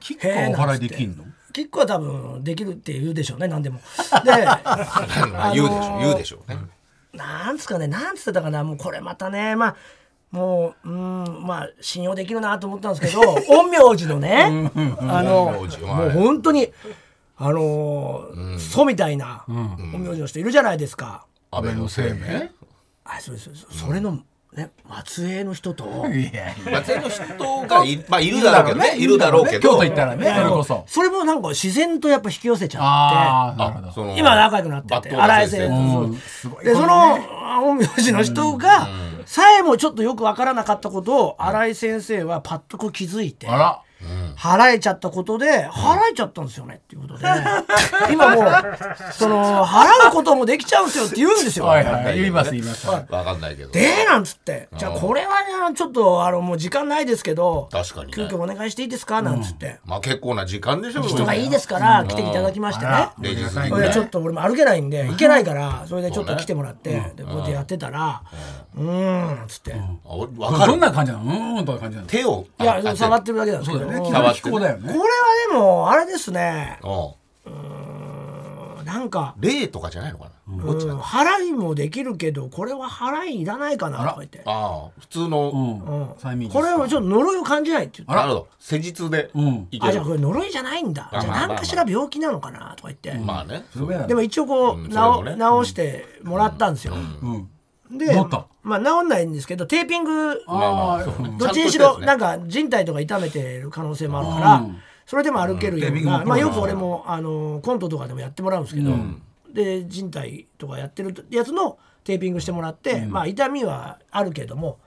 Speaker 3: キッ
Speaker 1: へえ
Speaker 3: クはお払いできんの
Speaker 1: キックは多分できるって言うでしょうね何で も。で
Speaker 2: まあ言うでしょ言うでしょうね
Speaker 1: なんつうかねなんつってたかなもうこれまたねまあもううんまあ信用できるなと思ったんですけど 陰陽師のねあの
Speaker 2: 陰陽師
Speaker 1: もう本当にあのーソみたいな陰陽師の人いるじゃないですか。
Speaker 2: 安倍の生命
Speaker 1: あそうですそうですそれのね松江の人と。
Speaker 3: いやいや
Speaker 2: 松江の人がい,、まあ、いるだろうけどねいるだろうけど
Speaker 3: 京都行ったらねそれこそ
Speaker 1: それもなんか自然とやっぱ引き寄せちゃって
Speaker 3: ああなるほど
Speaker 2: その
Speaker 1: 今仲良くなって
Speaker 2: 抜
Speaker 1: て
Speaker 2: 刀
Speaker 1: 荒
Speaker 2: の
Speaker 1: 井先
Speaker 2: 先生
Speaker 1: 生
Speaker 2: と
Speaker 1: と
Speaker 3: すごい
Speaker 1: でその陰陽師の人がさえもちょっとよくわからなかったことを新井先生はパッとこう気づいて
Speaker 3: あら
Speaker 1: 払えちゃったことで払えちゃったんですよねっていうことで 今もうその払うこともできちゃうんですよって言うんですよ。
Speaker 3: はいはい言います言います
Speaker 2: わかんないけど
Speaker 1: でなんつって「じゃあこれはねちょっとあのもう時間ないですけど
Speaker 2: 確かにね
Speaker 1: 急遽お願いしていいですか?」なんつって
Speaker 2: まあ結構な時間でしょ
Speaker 1: 「人がいいですから来ていただきましてね」
Speaker 2: レジ過ぎ
Speaker 1: そ
Speaker 2: ぐ
Speaker 1: れ
Speaker 2: ら
Speaker 1: で
Speaker 2: い
Speaker 1: ちょっと俺も歩けないんで行けないからそれでちょっと来てもらってでこうやってやってたら「うーん」つってい
Speaker 2: あ俺わか
Speaker 3: どん
Speaker 2: る
Speaker 3: な感じなのうーんという感じなの
Speaker 2: 手をあ
Speaker 1: や
Speaker 2: あ
Speaker 1: 触ってるだけなんです
Speaker 3: そ
Speaker 1: け
Speaker 3: うだ
Speaker 1: ど
Speaker 3: よ
Speaker 1: こ
Speaker 3: ね
Speaker 1: れ
Speaker 3: 気
Speaker 1: は
Speaker 3: 持ち気候だよね
Speaker 1: でもあれですね
Speaker 2: うん
Speaker 1: なんか
Speaker 2: 霊とかじゃないのかなどっち
Speaker 1: う
Speaker 2: なん
Speaker 1: ん
Speaker 2: だ
Speaker 1: 払いもできるけどこれは払いいらないかなとか言って
Speaker 2: ああ普通
Speaker 3: う
Speaker 2: の
Speaker 3: ん催眠術
Speaker 1: これはちょっと呪いを感じないって言って
Speaker 2: なるほど施術で
Speaker 3: うん
Speaker 2: いけ
Speaker 1: あじ
Speaker 2: る
Speaker 1: ゃあこれ呪いじゃないんだ
Speaker 2: まあ
Speaker 1: じゃ
Speaker 2: まあま
Speaker 1: あ
Speaker 2: あ
Speaker 1: 何かしら病気なのかなとか言って
Speaker 2: まあね
Speaker 3: すごいな
Speaker 1: でも一応こ
Speaker 2: うん
Speaker 1: う
Speaker 2: それも
Speaker 1: 直
Speaker 2: ね
Speaker 1: 直してもらったんですよ
Speaker 3: うん
Speaker 1: で
Speaker 3: どうだった
Speaker 1: まあ治んないんですけどテーピング
Speaker 2: まあまあ
Speaker 3: あー
Speaker 2: そうね
Speaker 1: どっちにし
Speaker 2: ゃん
Speaker 1: ろ
Speaker 2: とたやつね
Speaker 1: なんか人体とか痛めてる可能性もあるから、
Speaker 3: うん
Speaker 1: それでも歩けるよう
Speaker 3: うんテーピングも
Speaker 1: な、
Speaker 3: プロ
Speaker 1: まあ、
Speaker 3: だな
Speaker 1: よく俺もあのコントとかでもやってもらうんですけど、で人体とかやってるやつのテーピングしてもらって、まあ、痛みはあるけども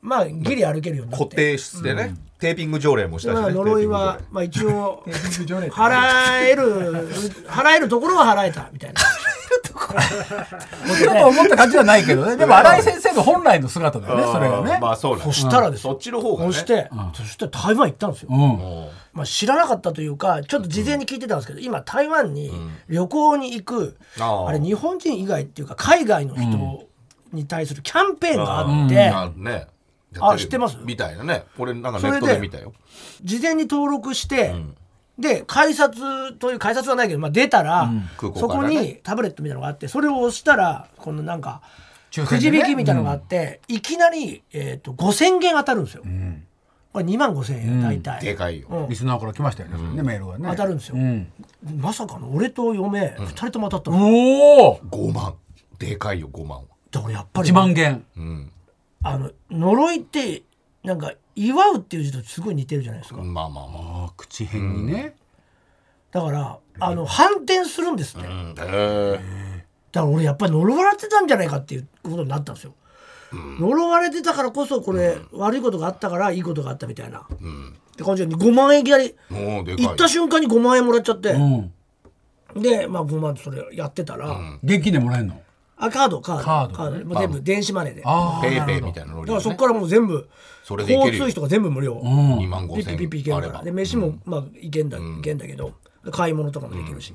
Speaker 1: まあギリ歩けるようにな
Speaker 2: 固
Speaker 1: って。
Speaker 2: 定室でねテーピング条例もしたし
Speaker 1: まあ
Speaker 2: ね
Speaker 1: 呪いは
Speaker 2: テーピング条例、
Speaker 1: まあ、一応
Speaker 3: テーピング条例
Speaker 1: 払える払えるところは払えたみたいな。
Speaker 3: ちょっと思った感じじゃないけどねでも新井先生の本来の姿だよねそれが
Speaker 2: あ
Speaker 3: ね
Speaker 2: ーまあそうだ
Speaker 1: そ
Speaker 2: ね
Speaker 1: したらです
Speaker 2: そ
Speaker 1: よ
Speaker 2: っちの方がね
Speaker 1: そして、そして台湾行ったんですよ。
Speaker 3: うん
Speaker 2: も
Speaker 1: まあ、知らなかったというかちょっと事前に聞いてたんですけど、今台湾に旅行に行く、
Speaker 2: ああ
Speaker 1: あれ日本人以外っていうか海外の人に対するキャンペーンがあっ
Speaker 2: う
Speaker 1: て、
Speaker 2: あね
Speaker 1: あ知ってます
Speaker 2: みたいなねこれなんか
Speaker 1: そ
Speaker 2: ネ
Speaker 1: れ
Speaker 2: ッ
Speaker 1: で
Speaker 2: トで見たよ
Speaker 1: 事前に登録して、で改札という改札はないけど、まあ、出たら、
Speaker 2: 空港
Speaker 1: そ
Speaker 2: か
Speaker 1: こ
Speaker 2: らね
Speaker 1: にタブレットみたいなのがあってそれを押したらこのなんか
Speaker 3: 抽
Speaker 1: く
Speaker 3: 選
Speaker 1: じ
Speaker 3: でね
Speaker 1: 引きみたいなのがあって、いきなり、えー、と5,000元当たるんですよ。これ2万5,000円大体。
Speaker 2: でかいよ、
Speaker 1: うん
Speaker 3: リスナーから来ましたよねそれねメールがね
Speaker 1: 当たるんですよ、
Speaker 3: うん
Speaker 1: まさかの俺と嫁2人とも当たったの、
Speaker 3: おお
Speaker 2: 5万でかいよ5万は
Speaker 1: だからやっぱり
Speaker 3: 1万元
Speaker 2: うん
Speaker 1: あの呪いってなんか祝うっていう字とすごい似てるじゃないですか
Speaker 2: まあまあま
Speaker 3: ああ口辺にね
Speaker 1: だからあの反転するんですって
Speaker 2: あ、
Speaker 1: だ
Speaker 2: うん、え
Speaker 1: から俺やっぱり呪われてたんじゃないかっていうことになったんですよ呪われてたからこそこれ悪いことがあったからいいことがあったみたいなって感じで5万円いきなり
Speaker 2: えもうでかい
Speaker 1: 行った瞬間に5万円もらっちゃって
Speaker 3: うん
Speaker 1: でまあ5万それやってたら
Speaker 3: 現金でもらえるの
Speaker 1: あカードカード
Speaker 3: カード
Speaker 1: もう全部電子マネーでだか
Speaker 3: ああ
Speaker 2: ペイペイみたいなノリで、
Speaker 1: ら
Speaker 2: ね、
Speaker 1: そこからもう全部
Speaker 2: それでいけ
Speaker 1: 交
Speaker 2: る
Speaker 1: 通
Speaker 2: よ
Speaker 1: 費とか全部無料
Speaker 2: 2万
Speaker 1: ピッピピッピい
Speaker 2: 5
Speaker 1: け
Speaker 2: 千
Speaker 1: るか
Speaker 2: あれ
Speaker 1: ら
Speaker 2: ば
Speaker 1: で飯もまあいけんだ、いけんだけど買い物とかもできるし、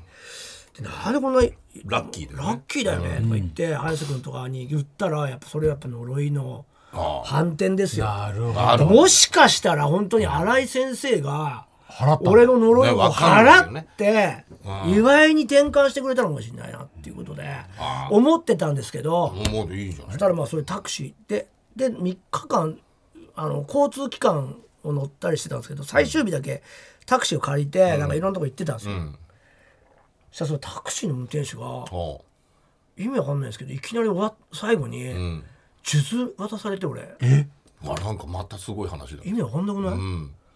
Speaker 1: でなんでこんな
Speaker 2: ラッキーだよね
Speaker 1: ラッキーだよねとか言って早瀬君とかに言ったらやっぱそれやっぱ呪いの
Speaker 2: あ
Speaker 1: 反転ですよ
Speaker 3: なるほど
Speaker 2: ある
Speaker 1: もしかしたら本当に新井先生が
Speaker 3: 払ったの
Speaker 1: 俺の呪い
Speaker 2: ね
Speaker 1: を
Speaker 2: わかんないよ
Speaker 1: 払
Speaker 2: ね
Speaker 1: って祝いに転換してくれたのかもしれないなっていうことで思ってたんですけど、
Speaker 2: もういいじゃな
Speaker 1: そ
Speaker 2: い
Speaker 1: したらまあそれタクシーでで3日間あの交通機関を乗ったりしてたんですけど最終日だけタクシーを借りて、なんかいろんなとこ行ってたんですよ、そしたらそのタクシーの運転手が
Speaker 2: おう
Speaker 1: 意味わかんないんですけどいきなり終わ最後に数珠渡されて俺
Speaker 2: まあなんかまたすごい話だ
Speaker 1: 意味わかんなくない、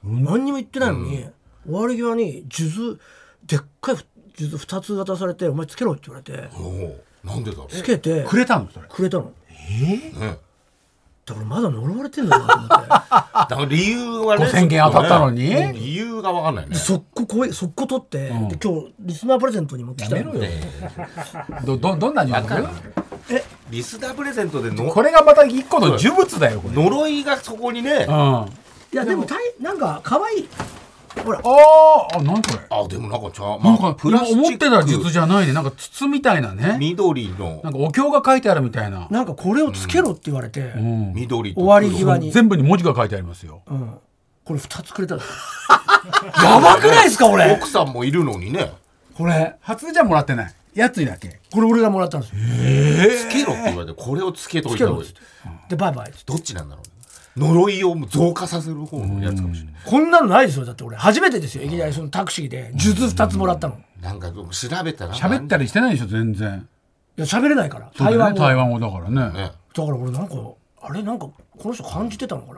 Speaker 1: 何にも言ってないのに、終わり際に数珠でっかい数珠2つ渡されて「お前つけろ」って言われて
Speaker 2: おうなんでだろう
Speaker 1: つけて
Speaker 3: くれたのそれ
Speaker 1: くれたの
Speaker 2: ね
Speaker 1: だからまだ呪われてんだなと思って。
Speaker 2: だから理由はね
Speaker 3: 5000件当たったのに
Speaker 2: ちょっとね理由がわかんないね
Speaker 1: 速攻こい速攻取って、で今日リスナープレゼントに持ってきたの
Speaker 3: どどどんな呪
Speaker 2: わかる
Speaker 3: 物
Speaker 2: リスナープレゼントでの
Speaker 3: これがまた一個の呪物だよこれ
Speaker 2: 呪いがそこにね
Speaker 3: うん
Speaker 1: いやでもたいなんか可愛いほら
Speaker 3: あーあ、なんこれ。
Speaker 2: あ、でもなんかちゃう、ま
Speaker 3: なん
Speaker 2: あ、
Speaker 3: か、
Speaker 2: プラスチック
Speaker 3: 思ってた筒じゃないね。なんか筒みたいなね。
Speaker 2: 緑の
Speaker 3: なんかお経が書いてあるみたいな。
Speaker 1: なんかこれをつけろって言われて、
Speaker 3: うん。
Speaker 2: 緑と
Speaker 1: 終わり際に、
Speaker 3: 全部に文字が書いてありますよ。
Speaker 1: うんこれ2つくれた のやばくないですか俺
Speaker 2: 奥さんもいるのにね
Speaker 1: これ
Speaker 3: 初じゃもらってない。やつにだけ。
Speaker 1: これ俺がもらったんですよ
Speaker 2: つけろって言われてこれをつけとい
Speaker 1: つけ
Speaker 2: た
Speaker 1: ろ
Speaker 2: 方
Speaker 1: っ
Speaker 2: がい
Speaker 1: つ
Speaker 2: い
Speaker 1: ってでバイバイっつって
Speaker 2: どっちなんだろう呪いを増加させる方のやつかもしれない
Speaker 1: こんなのないですよだって俺初めてですよいきなりそのタクシーで数珠2つもらったのい
Speaker 2: なんかでも調べたら
Speaker 3: 喋ったりしてないでしょ、全然。
Speaker 1: や喋れないから
Speaker 3: そうだ
Speaker 1: 台
Speaker 3: よ
Speaker 1: 湾語だか
Speaker 3: ね台湾語だからね。
Speaker 2: ね
Speaker 1: ら俺なんかあれなんかこの人感じてたのか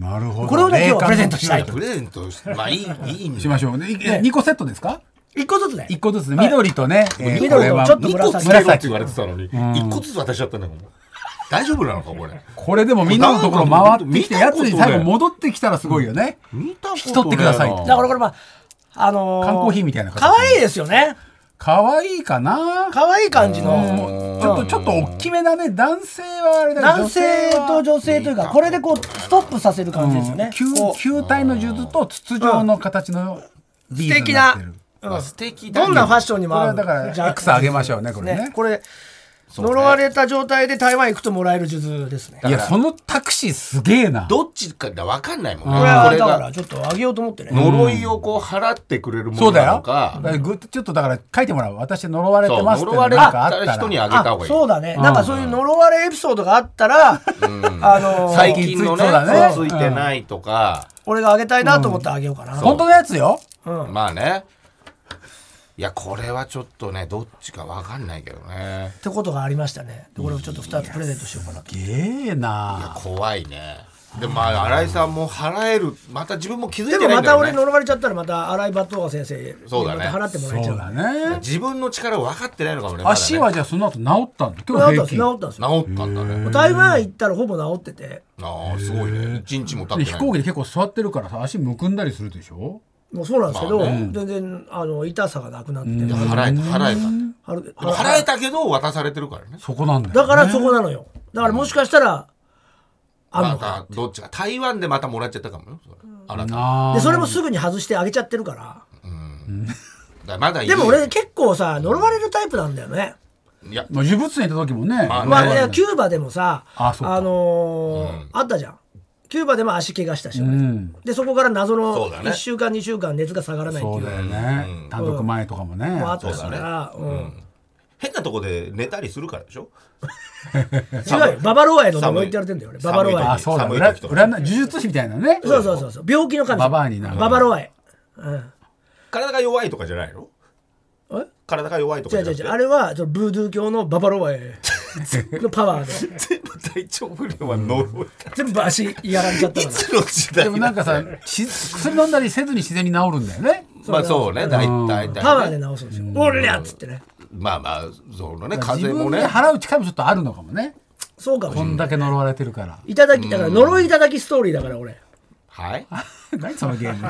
Speaker 1: な
Speaker 3: なるほど。
Speaker 1: これをね今日はプレゼントしたい
Speaker 2: プレゼントしまあいいいいん
Speaker 3: しましょう。
Speaker 1: ね
Speaker 3: ね、2個セットですか
Speaker 1: 1個ずつね
Speaker 3: ?1 個ずつね。緑とね、えー
Speaker 1: 緑と
Speaker 3: これは
Speaker 1: ちょっと
Speaker 2: 2個つけろって言われてたのに1個ずつ渡しちゃったんだもん大丈夫なのかこれ
Speaker 3: これでもみんなのところ回ってきて、
Speaker 2: 見た
Speaker 3: やつ
Speaker 2: ことね
Speaker 3: に最後戻ってきたらすごいよね。
Speaker 2: 見たこと
Speaker 3: 引き取ってください
Speaker 1: だからこれまああのー、
Speaker 3: 缶コーヒーみたいな形
Speaker 1: 可愛いですよね
Speaker 3: 可愛いかな
Speaker 1: 可愛い感じの
Speaker 3: ちょっと、ちょっと大きめだね。男性はあれだけど
Speaker 1: 男性と女性というかこれでこうストップさせる感じですよね、
Speaker 3: 球
Speaker 1: こう
Speaker 3: 球体の術と筒状の形のビーズになってる。
Speaker 2: は素敵だ
Speaker 1: どんなファッションに
Speaker 3: こ
Speaker 1: も
Speaker 3: れ
Speaker 1: 合
Speaker 3: は
Speaker 1: う
Speaker 3: だから、ジャックさんあげましょうね、これ
Speaker 1: ね
Speaker 3: ね。
Speaker 1: これ呪われた状態で台湾行くともらえる数珠ですね
Speaker 3: いや、そのタクシーすげえな。
Speaker 2: どっちかわかんないもんね
Speaker 1: これは
Speaker 2: こ
Speaker 1: だ
Speaker 2: れ
Speaker 1: か
Speaker 2: が
Speaker 1: らちょっとあげようと思ってね、
Speaker 2: 呪いをこう払ってくれるも
Speaker 3: そ
Speaker 2: の
Speaker 3: う
Speaker 2: な
Speaker 3: だ
Speaker 2: の
Speaker 3: よ。
Speaker 2: か
Speaker 3: だからグッとちょっとだから書いてもらう。私呪われて
Speaker 2: そう
Speaker 3: ますって
Speaker 2: 呪われ
Speaker 3: なんかあったたら。
Speaker 2: 人にあげた方
Speaker 1: あ
Speaker 2: がいい
Speaker 1: そうだね、なんかそういう呪われエピソードがあったら、あのー
Speaker 2: 最近のね
Speaker 3: そうだね
Speaker 2: そうついてないとか
Speaker 1: 俺があげたいなと思ってあげようかな、
Speaker 3: 本当のやつよ。
Speaker 2: まあねいやこれはちょっとねどっちかわかんないけどね
Speaker 1: ってことがありましたねでこれをちょっと2つプレゼントしようかなと
Speaker 3: げえな。
Speaker 2: 怖いねでもまあ新井さんも払えるまた自分も気づい
Speaker 1: で
Speaker 2: て
Speaker 1: も
Speaker 2: ない
Speaker 1: ま
Speaker 2: んだよ
Speaker 1: た俺
Speaker 2: ね
Speaker 1: 呪われちゃったらまた新井抜刀先生に
Speaker 2: そうだ
Speaker 1: ま
Speaker 2: ね
Speaker 1: た払ってもらえちゃ
Speaker 3: そうう
Speaker 1: か
Speaker 3: だ
Speaker 1: ら
Speaker 3: ね。
Speaker 2: 自分の力を分かってないのかもね,、まだね
Speaker 3: 足はじゃあその後治ったんだ。今日
Speaker 1: 治ったん
Speaker 3: 平
Speaker 1: です
Speaker 3: 均。
Speaker 1: 治ったんですよ
Speaker 2: 治ったんだね
Speaker 1: 台湾行ったらほぼ治ってて
Speaker 2: ああすごいね一日も経って
Speaker 3: で
Speaker 2: ない
Speaker 3: 飛行機で結構座ってるからさ足むくんだりするでしょ
Speaker 1: もうそうなんですけど、
Speaker 2: まあ
Speaker 1: 全然あの痛さがなくなって、
Speaker 2: いや払えた払えた
Speaker 1: はる
Speaker 2: でも払えたけど渡されてるからね
Speaker 3: そこなんだよ、ね、
Speaker 1: だからそこなのよだからもしかしたらある
Speaker 2: ま
Speaker 1: のか
Speaker 2: たどっちか台湾でまたもらっちゃったかもよそれあなただか
Speaker 3: あ
Speaker 1: で
Speaker 3: ー
Speaker 1: それもすぐに外してあげちゃってるから
Speaker 2: らまだいい
Speaker 1: でも俺結構さ呪われるタイプなんだよね、
Speaker 2: いや
Speaker 3: まあ呪物園行った時もね、
Speaker 2: まあね
Speaker 1: まあいやキューバでもさ
Speaker 3: あそうか
Speaker 1: のーあったじゃんキューバでも足怪我したし、俺
Speaker 3: うん
Speaker 1: でそこから謎
Speaker 2: そう
Speaker 1: の
Speaker 2: だね
Speaker 1: 1週間2週間熱が下がらないってい
Speaker 3: そうう
Speaker 1: の
Speaker 3: だよね、単独前とかもね、
Speaker 1: もあった
Speaker 2: そ
Speaker 1: か
Speaker 2: うだね
Speaker 1: ら、うん
Speaker 2: 変なとこで寝たりするからでしょ
Speaker 1: 違うよババロアへの呪いっ
Speaker 2: 寒い
Speaker 1: て言われてんだよ俺ババロア
Speaker 3: あ
Speaker 1: へ
Speaker 2: 寒い
Speaker 3: そうだ
Speaker 2: い
Speaker 3: 裏
Speaker 2: 時とか
Speaker 3: 裏の呪術師みたいなね
Speaker 1: そうそうそうそう病気の神様
Speaker 3: ババアになる
Speaker 1: ババロアへうん
Speaker 2: 体が弱いとかじゃないの
Speaker 1: え
Speaker 2: 体が弱いと
Speaker 1: 違
Speaker 2: か
Speaker 1: う
Speaker 2: じ
Speaker 1: 違
Speaker 2: ゃ
Speaker 1: う
Speaker 2: なく
Speaker 1: 違う
Speaker 2: て
Speaker 1: あれはそのブードゥー教のババロアへのパワーで
Speaker 2: 全部体調不良は呪いだ
Speaker 1: 全部足やられちゃった
Speaker 2: い
Speaker 1: から
Speaker 2: つの時代
Speaker 3: でもなんかさし薬飲んだりせずに自然に治るんだよね
Speaker 2: まあそうね大体大体
Speaker 1: パワー
Speaker 2: ね
Speaker 1: で治すんですよ「おりゃ!」っつってね
Speaker 2: まあまあそのね風
Speaker 3: 自
Speaker 2: 邪も
Speaker 3: 分
Speaker 2: ね
Speaker 3: で払う力もちょっとあるのかもね
Speaker 1: そうかもし
Speaker 3: こ
Speaker 1: れない
Speaker 3: んだけ呪われてるから、
Speaker 1: いただきだから呪いいただきストーリーだから俺
Speaker 2: はい
Speaker 3: 何そのゲーム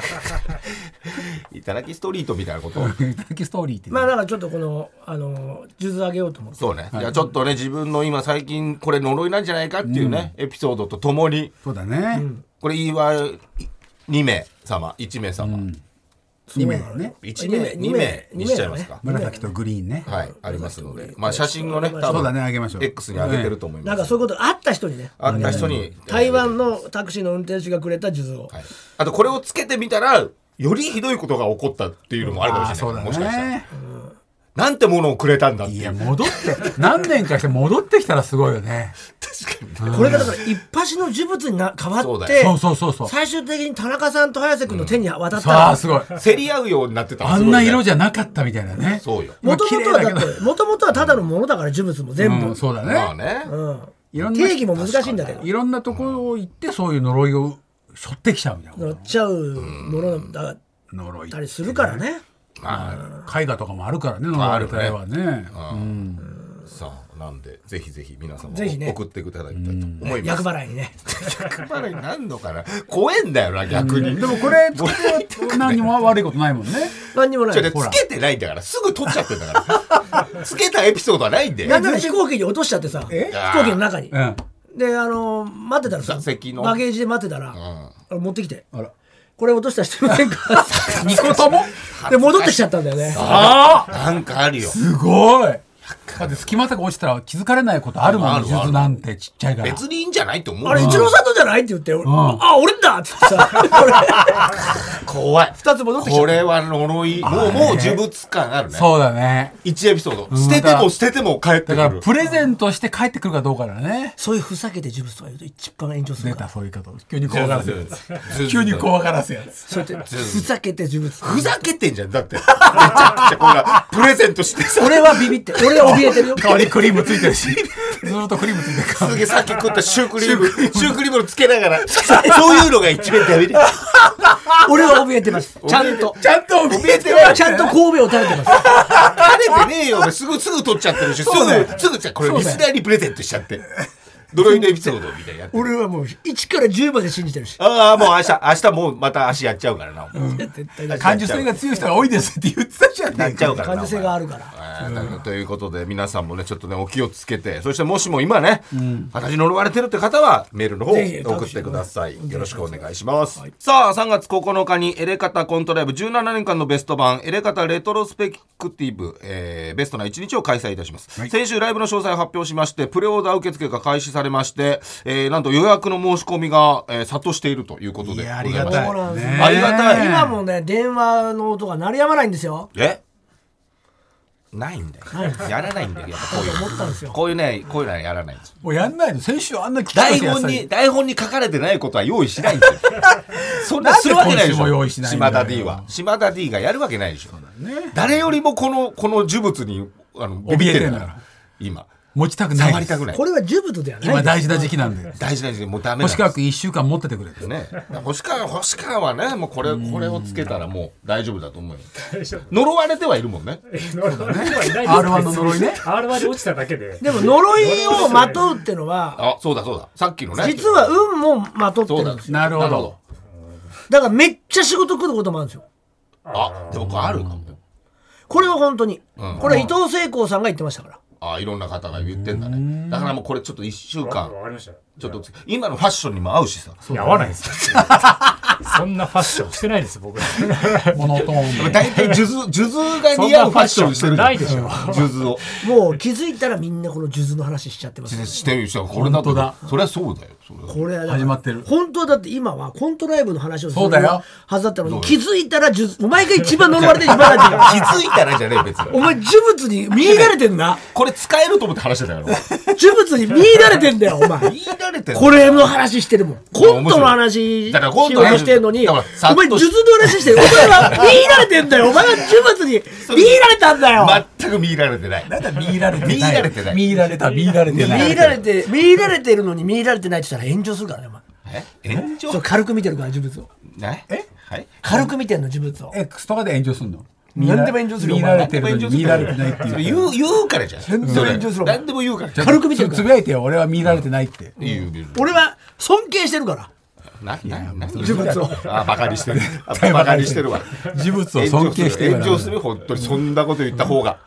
Speaker 2: いただきストリートみたいなことを
Speaker 3: いただきストーリーって、
Speaker 1: まあだからちょっとこのあの数珠あげようと思って
Speaker 2: そうね、じゃあちょっとね自分の今最近これ呪いなんじゃないかっていうね、エピソードとともに
Speaker 3: そうだね、
Speaker 2: これ言い訳2名様1名様、
Speaker 1: 2
Speaker 3: 名ね
Speaker 2: 1名2名にしちゃいますか、
Speaker 3: 紫とグリーンね、
Speaker 2: はいありますのでまあ写真をね多
Speaker 3: そうだね
Speaker 2: 分
Speaker 3: あげましょう
Speaker 2: X に上げてると思い
Speaker 1: な
Speaker 2: ま
Speaker 1: ん
Speaker 2: す、
Speaker 1: かそういうことあった人にね
Speaker 2: あった人に、
Speaker 1: 台湾のタクシーの運転手がくれた数珠を
Speaker 2: はい、あとこれをつけてみたらよりひどいことが起こったっていうのもあるかも
Speaker 3: あ
Speaker 2: しれ
Speaker 3: そう
Speaker 2: な
Speaker 3: だ
Speaker 2: い、
Speaker 3: ね
Speaker 2: もしかしたらなんてものをくれたんだって
Speaker 3: い
Speaker 2: い
Speaker 3: や
Speaker 2: う
Speaker 3: 戻って何年かして戻ってきたらすごいよね
Speaker 2: 確かにね
Speaker 1: これがだから一発の呪物にな変
Speaker 2: そ
Speaker 1: わ
Speaker 2: う
Speaker 1: っ
Speaker 2: だ
Speaker 1: て
Speaker 3: そうそうそうそう
Speaker 1: 最終的に田中さんと早瀬君の手に渡った
Speaker 3: さ
Speaker 1: ら
Speaker 3: あすごい
Speaker 2: 競り合うようになってたら
Speaker 3: あ
Speaker 2: すごい
Speaker 3: ん
Speaker 2: ね
Speaker 3: な色じゃなかったみたいなね
Speaker 2: そうよ
Speaker 1: もともとはだ
Speaker 3: まあ綺麗だけ
Speaker 1: ってもともとはただのものだから呪物も全部、
Speaker 3: うんそうだね、
Speaker 2: まあね、
Speaker 1: うん
Speaker 3: いろんな
Speaker 1: 定義も難しいんだけど
Speaker 3: いろんなところを行ってそういう呪いを背負ってきちゃうみたいな
Speaker 1: 乗っちゃうものだっ
Speaker 3: 呪い
Speaker 1: たりするからね
Speaker 2: まあ
Speaker 3: 絵画とかもあるからね呪われた絵はね
Speaker 2: さあなんでぜひぜひ皆さんも
Speaker 1: ぜひね
Speaker 2: 送っていただきたいと思います
Speaker 1: 厄払いにね
Speaker 2: 逆払いなんのかな怖えんだよな逆に、
Speaker 3: でもこれ作って何も悪いことないもんね
Speaker 1: 何にもない
Speaker 2: ちょつけてないんだからすぐ取っちゃってんだからつけたエピソードはないんだ
Speaker 1: な
Speaker 2: よ
Speaker 1: んなら飛行機に落としちゃってさ飛
Speaker 3: え
Speaker 1: 行機の中に
Speaker 3: うん
Speaker 1: であのー待ってたらさ
Speaker 2: 座席の
Speaker 1: バゲージで待ってたら
Speaker 2: ん
Speaker 1: あの持ってきて
Speaker 3: あら
Speaker 1: これ落とした人いませんか
Speaker 3: 二個とも
Speaker 1: で戻ってきちゃったんだよね
Speaker 3: ああ
Speaker 2: なんかあるよ。
Speaker 3: すごいだって隙間とか落ちたら気づかれないことあるも
Speaker 2: あ
Speaker 3: ん
Speaker 2: るあ
Speaker 3: 数
Speaker 2: る
Speaker 3: 珠なんてちっちゃいから
Speaker 2: 別にいいんじゃないと思う。
Speaker 1: あれ一郎さんのじゃないって言って、俺あ俺だって言ってさ
Speaker 2: 怖い。
Speaker 1: 二つ戻ってきちゃ
Speaker 2: こ
Speaker 1: った
Speaker 2: れは呪い。もう、もう呪物感あるね。
Speaker 3: そうだね
Speaker 2: 一エピソード。捨てても捨てても帰って
Speaker 3: だか
Speaker 2: く
Speaker 3: ら
Speaker 2: る。
Speaker 3: プレゼントして帰ってくるかどうかだね
Speaker 1: そういうふざけて呪物とか言うと一番炎上す
Speaker 3: 出
Speaker 1: るから
Speaker 3: たそういう方急に怖がらせるや
Speaker 2: ずずず
Speaker 3: つ急に怖がらせるやつ
Speaker 1: そうやってふざけて呪物
Speaker 2: ふざけてんじゃん。だって。めちゃくちゃこんな、プレゼントしてさ。
Speaker 1: 俺はビビって俺は怯えてるよ
Speaker 3: 顔にクリームついてるしずっとクリームついてるから
Speaker 2: すげえさっき食ったシュークリーム、シュークリームのつけながら、そういうのが一番ダメだ。
Speaker 1: 俺は怯えてますちゃんと
Speaker 3: ちゃんと怯えてる
Speaker 1: ちゃんと神戸を食べてます
Speaker 2: 晴れてねえよ。俺すぐ、すぐ取っちゃってるし、す
Speaker 3: そうだよ
Speaker 2: ぐ、すぐじゃ、これリスナーにプレゼントしちゃって。呪いのエピソードみたいなやってる。
Speaker 1: 俺はもう1から10まで信じてるし
Speaker 2: ああ、もう明日、明日もうまた足やっちゃうからな。
Speaker 1: 絶対だ
Speaker 3: 感受性が強い人が多いですって言ってたじゃな
Speaker 2: やっ
Speaker 3: い
Speaker 2: ちゃ
Speaker 3: か
Speaker 2: うからな。
Speaker 1: 感受性があるから
Speaker 2: えーだからということで皆さんもねちょっとねお気をつけてそしてもしも今ね、私呪われてるって方はメールの方
Speaker 1: ぜひ
Speaker 2: 送ってくださいよろしくお願いします、さあ3月9日にエレカタコントライブ17年間のベスト版エレカタレトロスペクティブ、えーベストな一日を開催いたします、先週ライブの詳細を発表しましてプレオーダー受付が開始されまして、えーなんと予約の申し込みが、えー殺到しているということで
Speaker 3: いやあ
Speaker 2: ご
Speaker 3: り
Speaker 2: ざい
Speaker 3: が
Speaker 2: ました
Speaker 3: たい
Speaker 1: そうなんですよ
Speaker 3: ね
Speaker 2: ありがたい
Speaker 1: 今もね電話の音が鳴りやまないんですよ
Speaker 2: えないんだよやらないんだよやっぱこういう
Speaker 1: 思ったんですよ
Speaker 2: こういうね、こういうのはやらないんですよ。
Speaker 3: もうやんないの先週あんな聞
Speaker 2: 台本に、台本に書かれてないことは用意しないんです よ。そんな
Speaker 3: なんです
Speaker 2: るわけないでし
Speaker 3: 今週も
Speaker 2: ょ。
Speaker 3: 用意しないんだ
Speaker 2: 島
Speaker 3: よ
Speaker 2: 田 D は。島田 D がやるわけないでしょ。誰よりもこの、この呪物に、あの、ビビってるか
Speaker 3: 怯えてんだからら。
Speaker 2: 今。
Speaker 3: 持ちたくない
Speaker 2: 触りたくない
Speaker 1: こ。れは呪物ではない
Speaker 3: 今大事な時期なんで
Speaker 2: 大事な事でもうダメなん
Speaker 3: 星
Speaker 2: です
Speaker 3: 川君1週間持っててくれ て
Speaker 2: ね。星川、星川はね、もうこれ、これをつけたらもう大丈夫だと思うよ。呪われてはいるもんね。
Speaker 4: 呪われてはいないです
Speaker 3: R1 の呪いね
Speaker 4: R1 で落ちただけで
Speaker 1: でも呪いをまとうっての は
Speaker 2: あ、そうだそうだ。さっきのね。
Speaker 1: 実は運もまとってるんですよ
Speaker 3: なるほ
Speaker 2: なるほ
Speaker 3: ど
Speaker 2: ど。
Speaker 1: だからめっちゃ仕事来ることもあるんですよ
Speaker 2: あ、でもこれあるかもよ。
Speaker 1: これは本当に
Speaker 2: うん
Speaker 1: これは伊藤聖光さんが言ってましたから
Speaker 2: あいろんな方が言ってんだね。だからもうこれちょっと一週
Speaker 4: わ
Speaker 2: 間、
Speaker 4: かりました
Speaker 2: ちょっと今のファッションにも合うしさ。
Speaker 4: いや合わない ですよそんなファッションしてないです僕
Speaker 3: モノトーンで
Speaker 2: 大体数 珠、数珠が似合うファッションしてるじゃん
Speaker 4: ないでしょ
Speaker 2: 数珠を。
Speaker 1: もう気づいたらみんなこの数珠の話しちゃってます
Speaker 2: してる人はこれだと
Speaker 3: 本当だ。
Speaker 2: そりゃそうだよ。それは
Speaker 1: これはだから
Speaker 3: 始まってる
Speaker 1: 本当はだって今はコントライブの話をする
Speaker 3: そうだよ
Speaker 1: はずだったのに気づいたら数珠お前が一番呪われてる一番だって
Speaker 2: 気づいたらじゃねえ、別
Speaker 1: お
Speaker 2: に。
Speaker 1: 前呪物に見入られてん な
Speaker 2: これ使えると思って話してたから。
Speaker 1: 呪物に見入られてんだよお前
Speaker 2: 言いられてんの
Speaker 1: これの話してるもんコントの話し
Speaker 2: だから
Speaker 1: よ
Speaker 2: コン
Speaker 1: う
Speaker 2: トの話
Speaker 1: としてんのに
Speaker 2: だ
Speaker 1: お
Speaker 2: から
Speaker 1: 前
Speaker 2: さっ
Speaker 1: 数珠の
Speaker 2: とし
Speaker 1: 話してるお前は見入られてんだよお前は呪物に見入られたんだよ
Speaker 2: 全く見入られてない。
Speaker 3: 見入られてない
Speaker 2: 見入られてない
Speaker 3: 見入られた見入られてない
Speaker 1: 見入られて見入られてるのに見入られてないって言ったら炎上するからねお前
Speaker 2: え炎上
Speaker 1: そう軽く見てるから呪物を
Speaker 2: ねえはい
Speaker 1: 軽く見てんの呪物を
Speaker 3: X とかで炎上すんの
Speaker 1: 何でも炎上するよ
Speaker 3: 見られてるのに見られてないって
Speaker 2: それ
Speaker 3: いう
Speaker 2: 言う、言うからじゃん。
Speaker 3: 全然
Speaker 2: それ
Speaker 3: 炎上する
Speaker 2: 何でも言うからじゃん。
Speaker 1: 軽く見てるから
Speaker 3: つぶやいてよ俺は見られてないって
Speaker 2: いいよ、別に
Speaker 1: 俺は尊敬してるから
Speaker 2: な、な、な、
Speaker 1: 呪物を
Speaker 2: あ、バカにして る。あバカにしてるわ。
Speaker 3: 事物を尊敬して
Speaker 2: 炎上する本当にそんなこと言った方が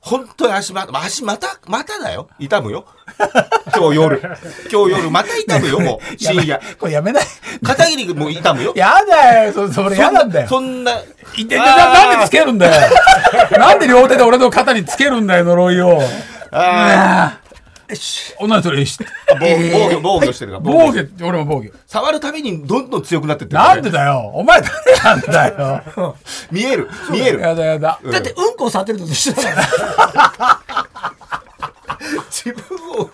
Speaker 2: 本当に足ま足またまただよ痛むよ今日夜今日夜また痛むよもう深夜
Speaker 3: これ やめない
Speaker 2: 片桐君も痛むよ
Speaker 3: やだよそそれやなんだよ
Speaker 2: そんな
Speaker 3: ででななんでつけるんだ よなんで両手で俺の肩につけるんだよ呪いを
Speaker 2: あ
Speaker 3: 女の人にし
Speaker 2: ー防防御防御してるから
Speaker 3: 防御俺も防御
Speaker 2: 触るたびにどんどん強くなってってる
Speaker 3: なんでだよお前誰なんだよ
Speaker 2: 見える見える
Speaker 3: やだやだ
Speaker 1: だってうんこを触ってるのと一緒だから
Speaker 2: 自分をうんこ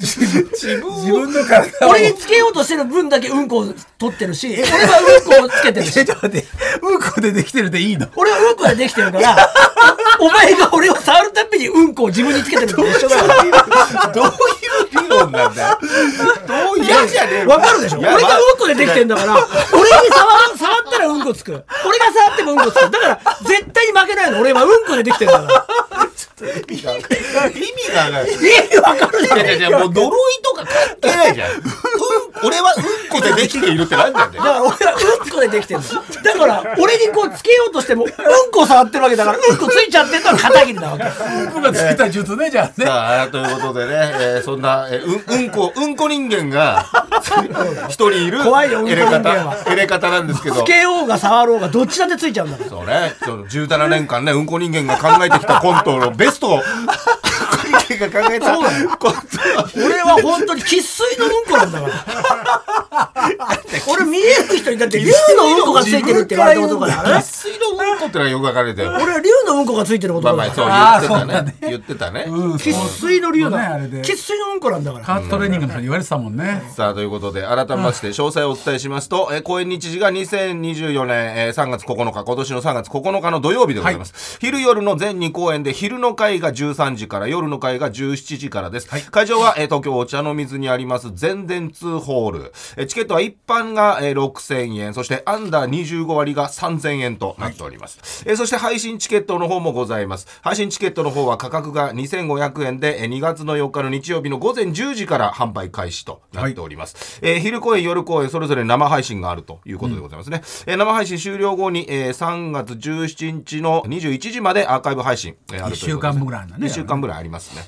Speaker 2: 自分を
Speaker 3: 分の体
Speaker 1: 俺につけようとしてる分だけうんこを取ってるし、俺はうんこをつけてるし
Speaker 3: え、ちょっと待って、うんこでできてるでいいの
Speaker 1: 俺はうんこでできてるから、お前が俺を触るたびにうんこを自分につけてるのと一緒だから。
Speaker 2: どういう理論なんだよどういう嫌じゃねえ
Speaker 1: わかるでしょ
Speaker 2: い
Speaker 1: 俺
Speaker 2: や
Speaker 1: がうんこでできてんだから、俺に触触ったらうんこつく。俺が触ってもうんこつく。だから、絶対に負けないの。俺はうんこでできてんだから。
Speaker 2: 意味がない
Speaker 1: 意味わかる
Speaker 2: いやいやいや、もう呪いとか関係ないじゃん。うんこ俺はうんこでできているってな んなんだ
Speaker 1: だから
Speaker 2: よ
Speaker 1: 俺らうんこでできてるのだから俺にこうつけようとしてもうんこ触ってるわけだからうんこついちゃってんのは片桐なわけ
Speaker 3: 僕がつけた術ね、じゃあね。
Speaker 2: さあということでね、えーそんな、えーうん、うんこうんこ人 間が一人いる
Speaker 1: 怖いようんこ
Speaker 2: エ
Speaker 1: 人
Speaker 2: レ
Speaker 1: 間
Speaker 2: カ
Speaker 1: は
Speaker 2: タエレカタなんですけど
Speaker 1: つけようが触ろうがどっちだってついちゃうんだから
Speaker 2: そうね、その17年間ね、うんこ人間が考えてきたコントのベストを、うんこ人間が考えた コント
Speaker 1: 俺は本当に生粋のうんこなんだから俺見える人にだって竜のうんこがついてるって言われたことがあるか
Speaker 2: を、
Speaker 1: らね
Speaker 2: 水のうんこってのはよくわかれてよ。
Speaker 1: 俺は竜のうんこがついてること
Speaker 2: まあ
Speaker 1: だ
Speaker 2: まあ、
Speaker 1: か
Speaker 2: そう
Speaker 1: ら
Speaker 3: あー
Speaker 2: 言ってたね。
Speaker 3: そう
Speaker 2: 言ってたね。
Speaker 3: うん
Speaker 1: 生粋の竜
Speaker 3: そうねあ
Speaker 1: だ
Speaker 3: れで
Speaker 1: 生粋のうんこなんだから
Speaker 3: カートトレーニングの時に言われてたもんね。
Speaker 2: さあ、ということで、改めまして、詳細をお伝えしますと、えー公演日時が2024年、えー3月9日、今年の3月9日の土曜日でございます。昼夜の全2公演で、昼の会が13時から、夜の会が17時からです。会場は、えー東京お茶の水にあります、全電通ホール。えーチケットは一般が、えー6000円、そしてアンダー25割が3000円となっております。えーそして配信チケットの方もございます。配信チケットの方は価格が2500円で、えー2月の4日の日曜日の午前10時から販売開始となっております。えー昼公演、夜公演、それぞれ生配信があるということでございますね。えー生配信終了後に、えー3月17日の21時までアーカイブ配信、えーあるということで
Speaker 3: 一週間分ぐらいあるんだね
Speaker 2: 一週間ぐらいありますね。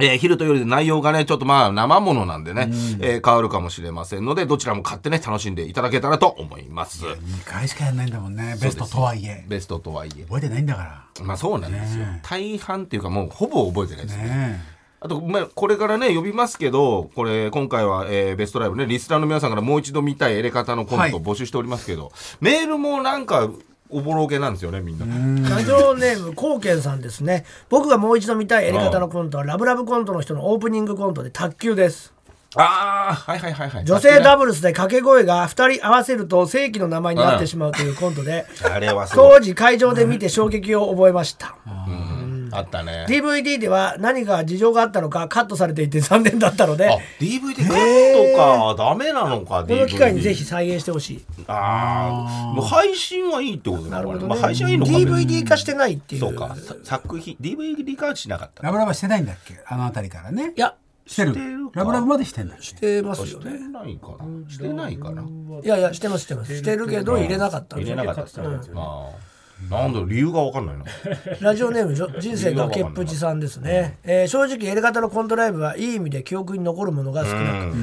Speaker 2: えー昼と夜で内容がね、ちょっとまあ生ものなんでね、えー変わるかもしれませんので、どちらも買ってね、楽しんでいただけたらと思います。
Speaker 3: 2回しかやんないんだもんね。ベストとはいえ。
Speaker 2: ベストとはいえ。
Speaker 3: 覚えてないんだか
Speaker 2: まあそうなんですよ
Speaker 3: ね。
Speaker 2: 大半っていうかもうほぼ覚えてないです
Speaker 3: ら。
Speaker 2: ね。
Speaker 3: ね
Speaker 2: あと、まあ、これからね、呼びますけど、これ、今回は、えーベストライブね、リスナーの皆さんからもう一度見たいエレカタのコントを募集しておりますけど、メールもなんか、おぼろげなんですよね、みんな。
Speaker 1: ラジオネームこうけんさんですね僕がもう一度見たいやり方のコントはラブラブコントの人のオープニングコントで卓球です
Speaker 2: ああ、はいはいはいはい。
Speaker 1: 女性ダブルスで掛け声が2人合わせると正規の名前になってしまうというコントで、
Speaker 2: あれはすごい
Speaker 1: 当時会場で見て衝撃を覚えました、
Speaker 2: うんあったね。
Speaker 1: DVD では何か事情があったのかカットされていて残念だったので
Speaker 2: あ DVD カットかダメなのか
Speaker 1: この
Speaker 2: DVD
Speaker 1: 機会にぜひ再現してほしい
Speaker 2: ああもう配信はいいってことなのかなまあ配信はいいのか
Speaker 1: DVD 化して
Speaker 2: い
Speaker 1: ないっていう
Speaker 2: そうかさ作品 DVD 化はしなかった
Speaker 3: ラブラブはしてないんだっけあの辺りからね
Speaker 1: い。や
Speaker 3: してる
Speaker 2: してるか
Speaker 3: ラブラブまでしてんだっけ
Speaker 1: してます
Speaker 2: し
Speaker 1: よ
Speaker 2: て
Speaker 1: ね
Speaker 2: ないかなしてないかない
Speaker 1: やいやしてますしてますしてるけど入れなかったん
Speaker 2: 入
Speaker 1: です
Speaker 2: れ
Speaker 1: よ
Speaker 2: なかったですねあーなんだろう理由がわかんない な
Speaker 1: ラジオネームじょ人生がけっぷちさんですね、えー正直やり方のコントライブはいい意味で記憶に残るものが少なく、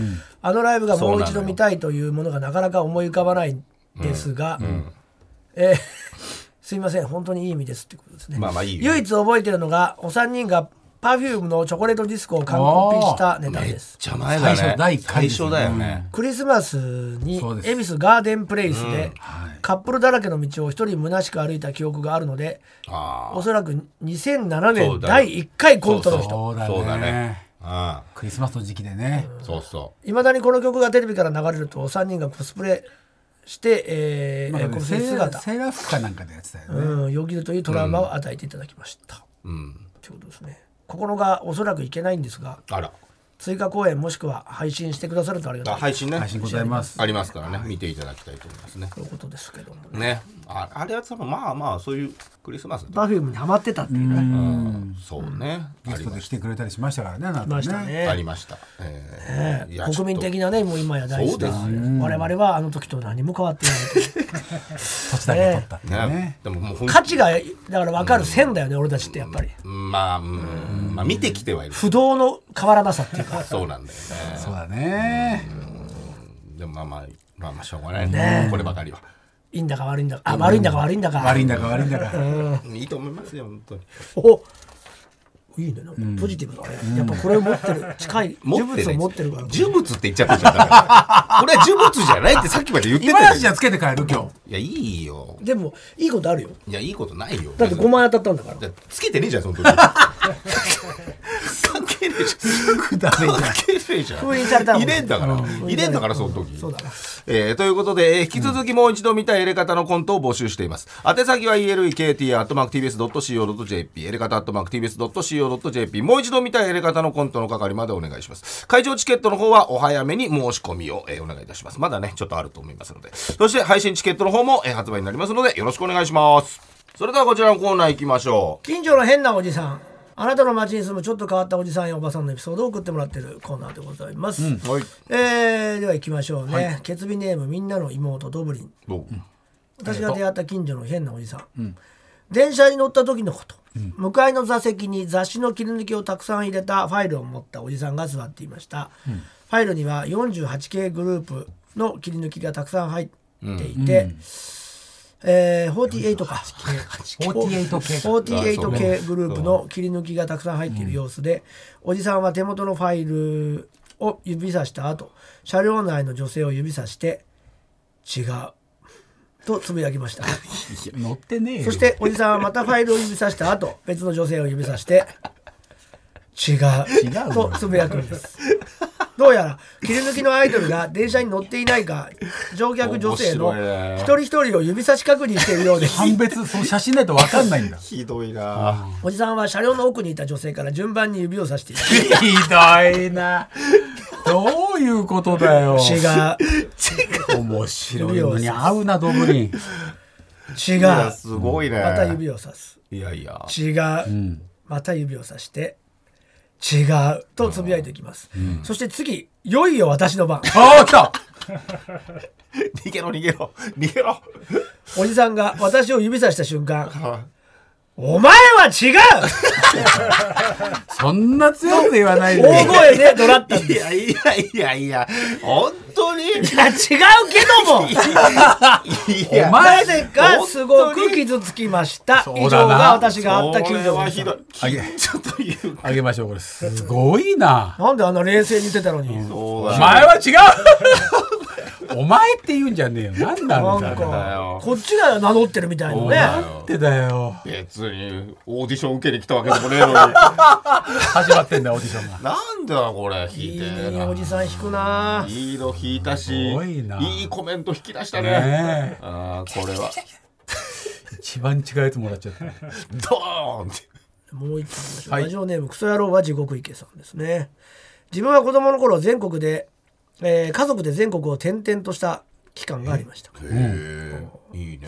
Speaker 1: あのライブがもう一度見たいというものがなかなか思い浮かばないですが、えーすいません本当にいい意味ですってことですね、
Speaker 2: まあまあいいよ
Speaker 1: 唯一覚えてるのがお三人が Perfume のチョコレートディスコを完コピしたネタ
Speaker 2: めっ
Speaker 1: です
Speaker 2: ちゃ前だね
Speaker 3: 最初第一回
Speaker 2: 最
Speaker 3: です
Speaker 2: 初
Speaker 3: よね
Speaker 2: だよね
Speaker 1: クリスマスに
Speaker 3: そうです
Speaker 1: 恵比寿ガーデンプレイスで
Speaker 3: はい
Speaker 1: カップルだらけの道を一人虚しく歩いた記憶があるので
Speaker 2: あ
Speaker 1: おそらく2007年
Speaker 2: そうだよ
Speaker 1: 第1回コントの人
Speaker 3: そうだ
Speaker 2: そうだね
Speaker 3: ね。
Speaker 2: あ
Speaker 3: クリスマスの時期でね。
Speaker 2: そうそう
Speaker 1: いまだにこの曲がテレビから流れると3人がコスプレして、えー
Speaker 3: なん
Speaker 1: え
Speaker 3: か
Speaker 1: ーコ
Speaker 3: ね
Speaker 1: ス
Speaker 3: セ
Speaker 1: プレ
Speaker 3: ーラ
Speaker 1: 姿、
Speaker 3: セーラー服かなんかでやってたよね。
Speaker 1: うん、よぎるというトラウマを与えていただきました、
Speaker 2: うん
Speaker 1: ということですね心がおそらくいけないんですが
Speaker 2: あら
Speaker 1: 追加公演もしくは配信してくださるとありがた
Speaker 2: あ
Speaker 1: い
Speaker 2: 配信ね
Speaker 3: 配信ございます。
Speaker 2: ありますからね見ていただきたいと思いますね
Speaker 1: ということですけども
Speaker 2: ねああれは多分まあまあそういうクリスマスだ
Speaker 1: バフィムにハマってたっていうね
Speaker 2: うんそうね、
Speaker 3: ゲ
Speaker 2: あ
Speaker 3: ス
Speaker 2: り
Speaker 3: ト
Speaker 2: ま
Speaker 3: で
Speaker 2: し
Speaker 3: 来てくれたりしましたからね。あなた
Speaker 1: いました。
Speaker 2: たあ
Speaker 1: ね
Speaker 2: りました、えーいやちょっと
Speaker 1: 国民的なねもう今や大事な
Speaker 2: そうで
Speaker 1: 我々はあの時と何も変わってない
Speaker 3: 土地だけ取ったっていう
Speaker 2: ね
Speaker 3: ね。
Speaker 2: でももうほん
Speaker 1: 価値がだから分かる線だよね俺たちってやっぱり
Speaker 2: まあ、うんまあ見てきてはいる
Speaker 1: 不動の変わらなさっていうか
Speaker 2: そうなんだよね
Speaker 3: そうだね。
Speaker 2: でもまあまあまあまあしょうがない
Speaker 1: ねえ
Speaker 2: こればかりはい
Speaker 1: いんだか悪いんだかあ悪いんだか悪いんだか
Speaker 3: 悪いんだか悪いんだか。
Speaker 2: いいと思いますよ本当に
Speaker 1: おいいねなんかポジティブだね、やっぱこれを持ってる近い呪
Speaker 2: 持って
Speaker 1: 物
Speaker 2: な
Speaker 1: を
Speaker 2: い
Speaker 1: 持ってるから
Speaker 2: 呪物って言っちゃったじゃんだからこれは呪物じゃないってさっきまで言って
Speaker 3: 今
Speaker 2: た
Speaker 3: のう
Speaker 2: じ
Speaker 3: ちじ
Speaker 2: ゃん
Speaker 3: ゃつけて帰る今日。
Speaker 2: いやいいよ
Speaker 1: でもいいことあるよ
Speaker 2: いやいいことないよ
Speaker 1: だって5万円当たったんだか
Speaker 2: だ
Speaker 1: ら
Speaker 2: ってつけてねえじゃんその時関係ねえじゃん
Speaker 3: ダメじゃん。
Speaker 2: 関係ねえじゃん
Speaker 1: 封印されたもん
Speaker 2: 入れんだから入れんだからその時
Speaker 1: そうだな
Speaker 2: えーということで、えー引き続きもう一度見たエレカタのコントを募集しています。宛先は elekt.tbs.co.jp、エレカタ .tbs.co.jp、もう一度見たエレカタのコントの係までお願いします。会場チケットの方はお早めに申し込みを、えーお願いいたします。まだね、ちょっとあると思いますので。そして配信チケットの方も、えー発売になりますので、よろしくお願いします。それではこちらのコーナー行きましょう。
Speaker 1: 近所の変なおじさんあなたの街に住むちょっと変わったおじさんやおばさんのエピソードを送ってもらってるコーナーでございます、
Speaker 2: はい
Speaker 1: えーでは行きましょうね、ケツビネームみんなの妹ドブリン
Speaker 2: どう
Speaker 1: 私が出会った近所の変なおじさん、電車に乗った時のこと、向かいの座席に雑誌の切り抜きをたくさん入れたファイルを持ったおじさんが座っていました、ファイルには 48K グループの切り抜きがたくさん入っていて、えー48か
Speaker 3: 48系か。
Speaker 1: 48系グループの切り抜きがたくさん入っている様子で、おじさんは手元のファイルを指さした後車両内の女性を指さして「違う」とつぶやきま した
Speaker 3: 乗ってねえよ。
Speaker 1: そしておじさんはまたファイルを指さした後別の女性を指さして「違う」
Speaker 3: 違う
Speaker 1: とつぶやくんです。どうやら切り抜きのアイドルが電車に乗っていないか乗客女性の
Speaker 2: 面白いね
Speaker 1: 一人一人を指差し確認しているようです
Speaker 3: 判別、その写真だと分かんないんだ。ひ
Speaker 2: ひどいな
Speaker 1: おじさんは車両の奥にいた女性から順番に指をさしていた。
Speaker 3: どいな。どういうことだよ。
Speaker 1: 違う、
Speaker 3: 面白いのに合うな、ドブリン。
Speaker 1: 違う、
Speaker 2: いや
Speaker 1: ます
Speaker 2: ごいね
Speaker 1: た指をさす。
Speaker 2: いやいや
Speaker 1: 違う、また指をさして、違う、とつぶやいていきます。そして次、いよいよ私の番。
Speaker 3: ああ、来た
Speaker 2: 逃げろ逃げろ逃げろ
Speaker 1: おじさんが私を指さした瞬間、お前は違う
Speaker 3: そんな強く言わ ないで。
Speaker 1: 大声で怒鳴ったん
Speaker 2: い
Speaker 1: です。
Speaker 2: やいやいやいや本当に
Speaker 1: いや違うけども
Speaker 2: い
Speaker 3: お
Speaker 2: や
Speaker 1: な
Speaker 3: 前
Speaker 1: ぜかすごく傷つきました。
Speaker 3: そう
Speaker 1: 以上
Speaker 3: だな
Speaker 1: が私があった
Speaker 2: こ
Speaker 1: 近
Speaker 2: れ
Speaker 1: 所のお
Speaker 2: は
Speaker 1: じさ
Speaker 2: ひ
Speaker 1: ん
Speaker 2: どい
Speaker 3: あげ、
Speaker 2: ちょっと言う
Speaker 3: あげましょう、これ。すごいな。
Speaker 1: なんであんな冷静に言ってたのに。
Speaker 2: お
Speaker 3: お前は違うお前って言うんじゃねえよ。なんだろう
Speaker 1: なん
Speaker 2: だよ
Speaker 1: かこっちが名乗ってるみたいな
Speaker 3: な
Speaker 1: ね
Speaker 3: んてだよ。
Speaker 2: 別にオーディション受けに来たわけでもねえのに な
Speaker 3: 始まってんだ、オーディションが。
Speaker 2: んだよこれ引
Speaker 1: い
Speaker 2: い
Speaker 1: い
Speaker 2: て
Speaker 1: ね
Speaker 2: え
Speaker 1: お
Speaker 2: な
Speaker 1: じさん引くない
Speaker 2: いの引いたし
Speaker 3: すごいない
Speaker 2: コメント引き出したね
Speaker 3: ねえ。
Speaker 2: あーこれは
Speaker 3: 一番違うやつもらっちゃった。
Speaker 2: ドーンって
Speaker 1: もう一つましょう
Speaker 3: はい
Speaker 1: ラジオネームクソ野郎は地獄池さんですね自分は子供の頃全国で、えー家族で全国を転々とした期間がありました
Speaker 2: へえいいね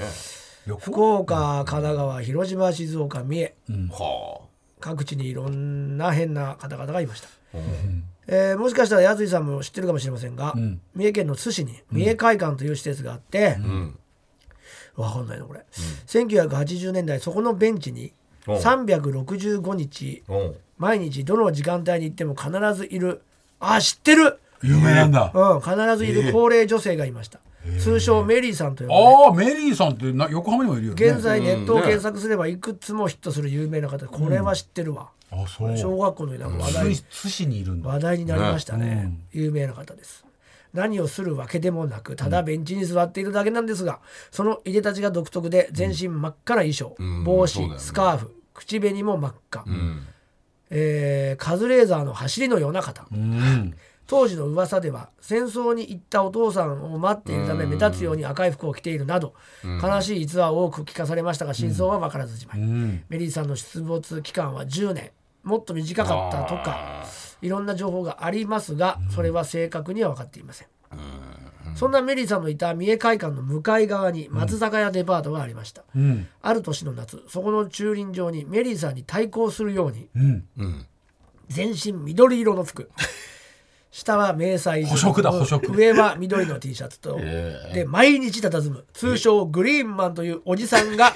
Speaker 3: 旅
Speaker 1: 福岡神奈川広島静岡三重
Speaker 2: は
Speaker 1: 各地にいろんな変な方々がいました、えーもしかしたらやついさんも知ってるかもしれませんが、三重県の津市に三重会館という施設があって、わかんないなこれ、1980年代そこのベンチに
Speaker 2: うん
Speaker 1: 365日
Speaker 2: あうん
Speaker 1: 毎日どの時間帯に行っても必ずいるあ知ってる、
Speaker 3: 有名なんだ。
Speaker 1: うん、必ずいる高齢女性がいました、通称メリーさんと呼ばれ
Speaker 3: ああ、メリーさんってな横浜にもいるよね。
Speaker 1: 現在ネットを検索すればいくつもヒットする有名な方これは知ってるわ、
Speaker 3: あそう。
Speaker 1: 小学校の時なんか話題に
Speaker 3: 津津市にいるんだ。
Speaker 1: 話題になりましたね有名な方です何をするわけでもなくただベンチに座っているだけなんですが、そのいでたちが独特で全身真っ赤な衣装、
Speaker 2: ん
Speaker 1: 帽
Speaker 2: そうだよ
Speaker 1: 子
Speaker 2: ね
Speaker 1: スカーフ口紅も真っ赤、
Speaker 2: うん
Speaker 1: えーカズレーザーの走りのような方、
Speaker 3: うん。
Speaker 1: 当時の噂では戦争に行ったお父さんを待っているため目立つように赤い服を着ているなど、悲しい逸話を多く聞かされましたが真相は分からずじまい、
Speaker 3: うん。
Speaker 1: メリーさんの出没期間は10年もっと短かったとかいろんな情報がありますがそれは正確には分かっていません、そんなメリーさんのいた三重会館の向かい側に松坂屋デパートがありました、
Speaker 3: うん。
Speaker 1: ある年の夏そこの駐輪場にメリーさんに対抗するように
Speaker 3: うん。
Speaker 2: うん
Speaker 1: 全身緑色の服 下は迷彩
Speaker 3: 補色だ補色
Speaker 1: 上は緑の T シャツと、
Speaker 2: ええ
Speaker 1: で毎日佇む通称グリーンマンというおじさん が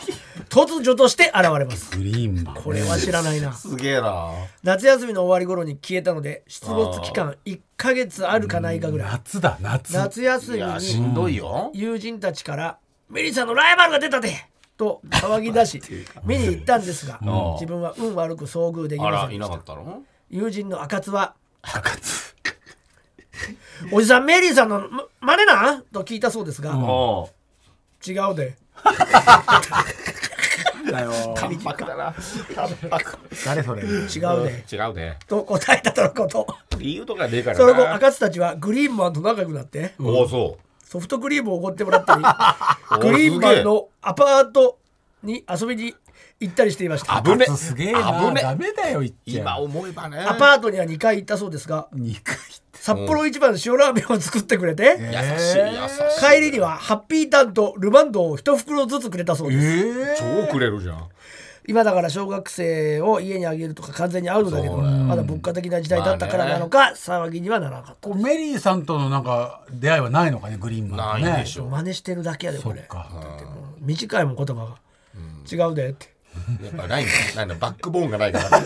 Speaker 1: 突如として現れます
Speaker 3: グリーンマン。
Speaker 1: これは知らないな
Speaker 2: すげえな
Speaker 1: 夏休みの終わり頃に消えたので出没期間1ヶ月あるかないかぐらい
Speaker 3: 夏だ、夏。
Speaker 1: 夏休み
Speaker 2: いやし
Speaker 1: に
Speaker 2: んどいよ
Speaker 1: 友人たちから「メリーさんのライバルが出たで!」と騒ぎ 出し見に行ったんですが
Speaker 2: ん
Speaker 1: 自分は運悪く遭遇でき
Speaker 2: あ
Speaker 1: ま
Speaker 2: ら
Speaker 1: せん
Speaker 2: い
Speaker 1: で
Speaker 2: な
Speaker 1: し
Speaker 2: か
Speaker 1: た
Speaker 2: ったの
Speaker 1: 友人の赤津は「 おじさんメリーさんのま真似なん?」と聞いたそうですが「
Speaker 2: あ
Speaker 1: 違うで
Speaker 3: だよ。
Speaker 2: 淡白 だな淡白
Speaker 3: 誰 それ。
Speaker 1: 違うで
Speaker 2: 違うね」
Speaker 1: と答えたとのこと
Speaker 2: 理由とかねえからな
Speaker 1: その後赤津たちはグリーンマンと仲良くなって
Speaker 2: おおそ
Speaker 1: ソフトクリームをおごってもら ったり
Speaker 2: う
Speaker 1: グリーンマンのアパートに遊びに行ったりしていました。
Speaker 2: あぶね
Speaker 3: 夏すげえな。
Speaker 2: 危ね
Speaker 3: ダメだよ、言っちゃ。
Speaker 2: 今思えばね
Speaker 1: アパートには2回行ったそうですが、
Speaker 3: 二回
Speaker 1: 札幌一番の塩ラーメンを作ってくれて、
Speaker 2: 優しい優しい
Speaker 1: 帰りにはハッピータンとルマンドを1袋ずつくれたそう
Speaker 3: え
Speaker 1: です。
Speaker 3: え
Speaker 2: 超くれるじゃん
Speaker 1: 今だから小学生を家にあげるとか完全にアウトだけど、まだ物価的な時代だったからなのか、騒ぎにはならなかった。
Speaker 3: こうメリーさんとのなんか出会いはないのかねグリーンマンとね
Speaker 2: ないでしょ
Speaker 1: 真似してるだけやでこ
Speaker 3: そ
Speaker 1: れ
Speaker 3: っか
Speaker 1: だってもう短いもん言葉が、違うでって
Speaker 2: やっぱないんだないのバックボーンがないから。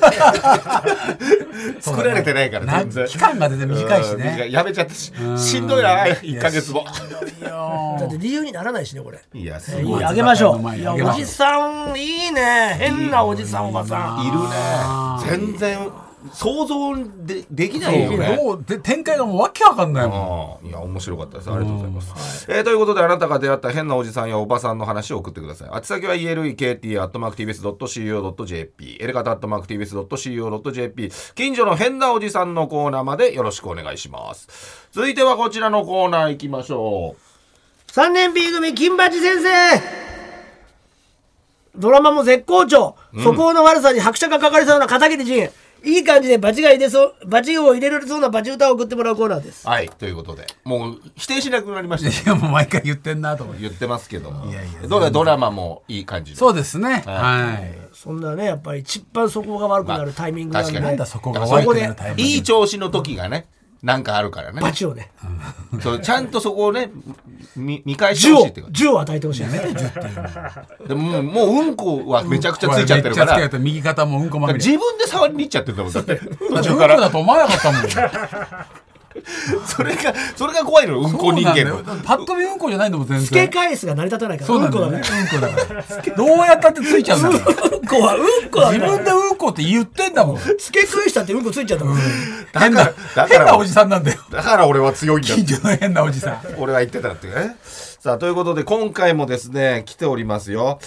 Speaker 2: 作られてないから
Speaker 3: な
Speaker 2: 全然。
Speaker 3: 期間が全然短いし
Speaker 2: うん
Speaker 3: ね
Speaker 2: 短いやめちゃったし、しんどいな、一ヶ月も。
Speaker 1: だって理由にならないしねこれ
Speaker 2: いや、す
Speaker 1: い
Speaker 2: ごい。
Speaker 1: いあげましょ
Speaker 3: 居酒屋
Speaker 1: ういや
Speaker 3: の前にあげま
Speaker 1: お
Speaker 3: しょう
Speaker 1: じさんいいね変なおじさんおばさん
Speaker 2: いるね。全然想像でできないよね。
Speaker 3: どうで展開がもうわけわかんないもん
Speaker 2: ああいや面白かったですありがとうございます、えーということであなたが出会った変なおじさんやおばさんの話を送ってください宛先は elekt.mactvs.co.jp エレカタ .mactvs.co.jp 近所の変なおじさんのコーナーまでよろしくお願いします続いてはこちらのコーナー行きましょう
Speaker 1: 3年 B 組金八先生ドラマも絶好調素行の悪さに拍車がかかりそうな片桐仁いい感じでバチが入れそうバチを入れられそうなバチ歌を送ってもらうコーナーです
Speaker 2: はいということでもう否定しなくなりました ね
Speaker 3: いやもう毎回言ってんなと思って
Speaker 2: 言ってますけども
Speaker 3: いやいや
Speaker 2: どうだドラマもいい感じで
Speaker 3: そうですねはい
Speaker 1: そんなねやっぱり一番素行が悪くなるタイミングなん
Speaker 2: まあ
Speaker 1: で、
Speaker 2: 確か
Speaker 3: な
Speaker 2: に
Speaker 3: んだそこ
Speaker 2: だ
Speaker 3: が
Speaker 2: から
Speaker 3: 悪
Speaker 1: そこ
Speaker 3: く
Speaker 1: で
Speaker 3: なるタイミング
Speaker 2: いい調子の時がねなんかあるからね
Speaker 1: バチをね
Speaker 2: そうちゃんとそこをね見見返して
Speaker 1: 銃
Speaker 2: ほし
Speaker 1: を
Speaker 2: いってこと
Speaker 1: 銃を与えてほしいね
Speaker 2: でももうもううんこはめちゃくちゃついちゃってるか
Speaker 3: めっちゃつけ
Speaker 2: ら
Speaker 3: られて右肩もうんこまみれ
Speaker 2: 自分で触りに行っちゃってるんだもんだって
Speaker 3: だ
Speaker 2: 途
Speaker 3: ってうん
Speaker 2: 中
Speaker 3: こ
Speaker 2: から
Speaker 3: だと思わなかったもん
Speaker 2: それがそれが怖いのようんこ人間の
Speaker 3: そうなんだよパッと見うんこじゃないんだもん全
Speaker 1: 付け
Speaker 3: 然
Speaker 1: 返すが成り立たないから
Speaker 3: そうなんだよねうんこだからどうやったってついちゃうんだか
Speaker 1: うんこはうんこ
Speaker 3: ら
Speaker 1: だ
Speaker 3: 自
Speaker 1: から
Speaker 3: 分でうんこって言ってんだもん
Speaker 1: 付け返したってうんこついちゃったもん、
Speaker 3: 変な
Speaker 2: だから
Speaker 3: 変なおじさんなんだよ
Speaker 2: だから俺は強いんだ
Speaker 3: 近所の変なおじさん
Speaker 2: 俺は言ってたっていうねさあということで今回もですね来ておりますよ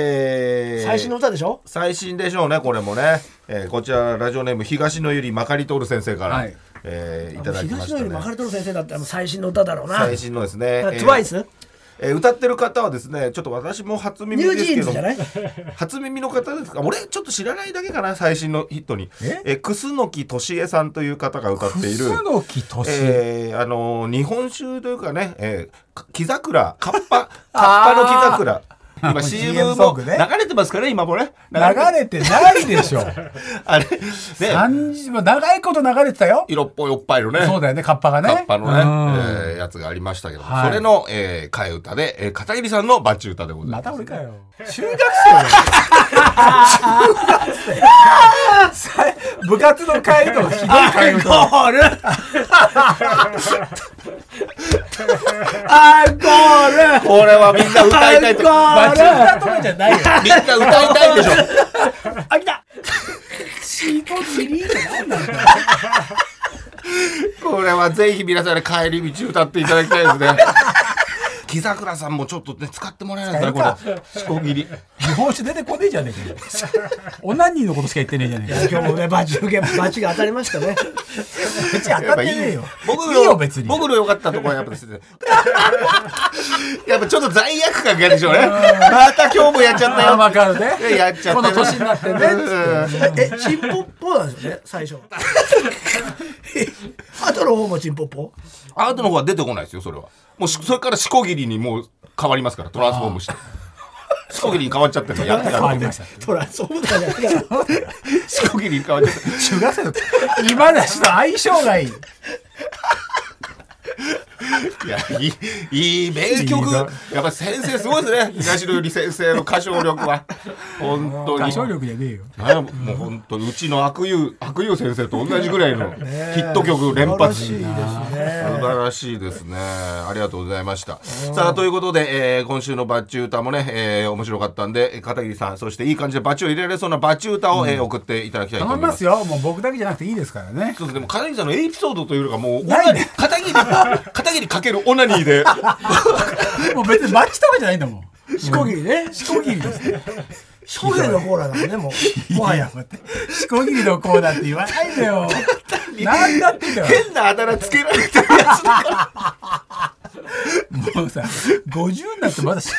Speaker 2: えー、
Speaker 1: 最新の歌でしょ
Speaker 2: 最新でしょうねこれもね、えーこちらラジオネーム東のゆりまかりとおる先生から、
Speaker 3: はい
Speaker 2: えーいただきま
Speaker 1: 東
Speaker 2: し
Speaker 1: 野
Speaker 2: た
Speaker 1: よりま
Speaker 2: ね
Speaker 1: かりとる先生だってあの最新の歌だろうな
Speaker 2: 最新のですね
Speaker 1: だから
Speaker 2: えー
Speaker 1: TWICE、
Speaker 2: えー歌ってる方はですねちょっと私も初耳
Speaker 1: ニュ
Speaker 2: で
Speaker 1: ー
Speaker 2: す
Speaker 1: ジー
Speaker 2: け
Speaker 1: ンズ
Speaker 2: ど
Speaker 1: じゃない
Speaker 2: 初耳の方ですか俺ちょっと知らないだけかな最新のヒットにええー楠木俊恵さんという方が歌っている
Speaker 3: 楠木俊恵
Speaker 2: えーあのー日本酒というかね、えーか木桜カッ パカッパの木桜今 CM
Speaker 3: CM ソン
Speaker 2: も
Speaker 3: グ
Speaker 2: 流
Speaker 3: ね
Speaker 2: れてますかね今もね
Speaker 3: 流れてないでしょ
Speaker 2: あれね
Speaker 3: 三時も長いこと流れてたよ
Speaker 2: 色っぽいおっぱいのね
Speaker 3: そうだよねカッパがね
Speaker 2: カッパの
Speaker 3: うん
Speaker 2: ね、えーやつがありましたけども、
Speaker 3: はい
Speaker 2: それの、えー、替え歌で、えー片桐さんのバチ歌でございま。
Speaker 3: ますた俺かよ。中学生だよ中学生さ部活の帰りのひどい帰りと。
Speaker 1: ゴールアンコール
Speaker 2: これはみんな歌いたいと
Speaker 1: アンコール
Speaker 3: とかじゃないよ。
Speaker 2: みんな歌いたいでしょ。
Speaker 1: あ来た
Speaker 2: これはぜひ皆さんで帰り道歌っていただきたいですね。 木桜さんもちょっとね使ってもらえないですかねこれ。四股切り。
Speaker 3: 日本酒出てこねえじゃねえかよ。オナニーのことしか言ってねえじゃねえかよ。
Speaker 1: 今日もねバチ受けバチが当たりましたね
Speaker 3: 別に当たってねえよ。
Speaker 2: 僕の
Speaker 3: いいよ別に。
Speaker 2: 僕の良かったところはやっぱですね。やっぱちょっと罪悪感があるでしょうね。また今日もやっちゃった
Speaker 3: ああ
Speaker 2: よ。
Speaker 3: わかるね。
Speaker 2: やっちゃった
Speaker 3: この年になってね。
Speaker 1: えチンポッポなんですよね最 初後の方もチンポッポ
Speaker 2: アートの方は出てこないですよそれはもうしそれからしこぎりにもう変わりますからトランスフォームしてしこぎりに変わっちゃってるのやってた
Speaker 3: 変
Speaker 2: ら
Speaker 3: わりました。
Speaker 1: トランスフォームだじゃないから
Speaker 2: しこぎりに変わっちゃって
Speaker 3: 中学生の今だしと相性がいい。
Speaker 2: いやいいいい名曲
Speaker 3: いいな
Speaker 2: やっぱ先生すごいですね東野由里先生の歌唱力は本当に
Speaker 3: 歌唱力じゃねえよ。
Speaker 2: ねもう本当にうちの悪友悪友先生と同じぐらいのヒット曲連
Speaker 1: 素晴ら
Speaker 2: 発
Speaker 1: しいですね
Speaker 2: 素晴らしいですね。ありがとうございました。さあ、ということで、えー今週のバッチ歌もね、えー面白かったんで、えー片桐さん、そしていい感じでバッチを入れられそうなバッチ歌を、えー送っていただきたいと思い
Speaker 3: 頼み
Speaker 2: ま。
Speaker 3: ますすよ。もう僕だけじゃなくていいですからね。
Speaker 2: そうですね、でも片桐さんのエピソードというよりかもう、
Speaker 3: ない
Speaker 2: オ
Speaker 3: ね
Speaker 2: ナニー片桐、片桐かけるオナニーで、
Speaker 3: もう別にバチとかじゃないんだもん。
Speaker 1: しこぎりね
Speaker 3: しこぎりです。
Speaker 1: しこぎりのコーナーだもんねもうも
Speaker 3: も
Speaker 1: は
Speaker 3: は
Speaker 1: や
Speaker 3: や、待って。しこぎりのコーナーって言わないでよ。なんだってんだよ。
Speaker 2: 変なあだ名つけられてるやつだから。
Speaker 3: もうさ、50になってまだしこ、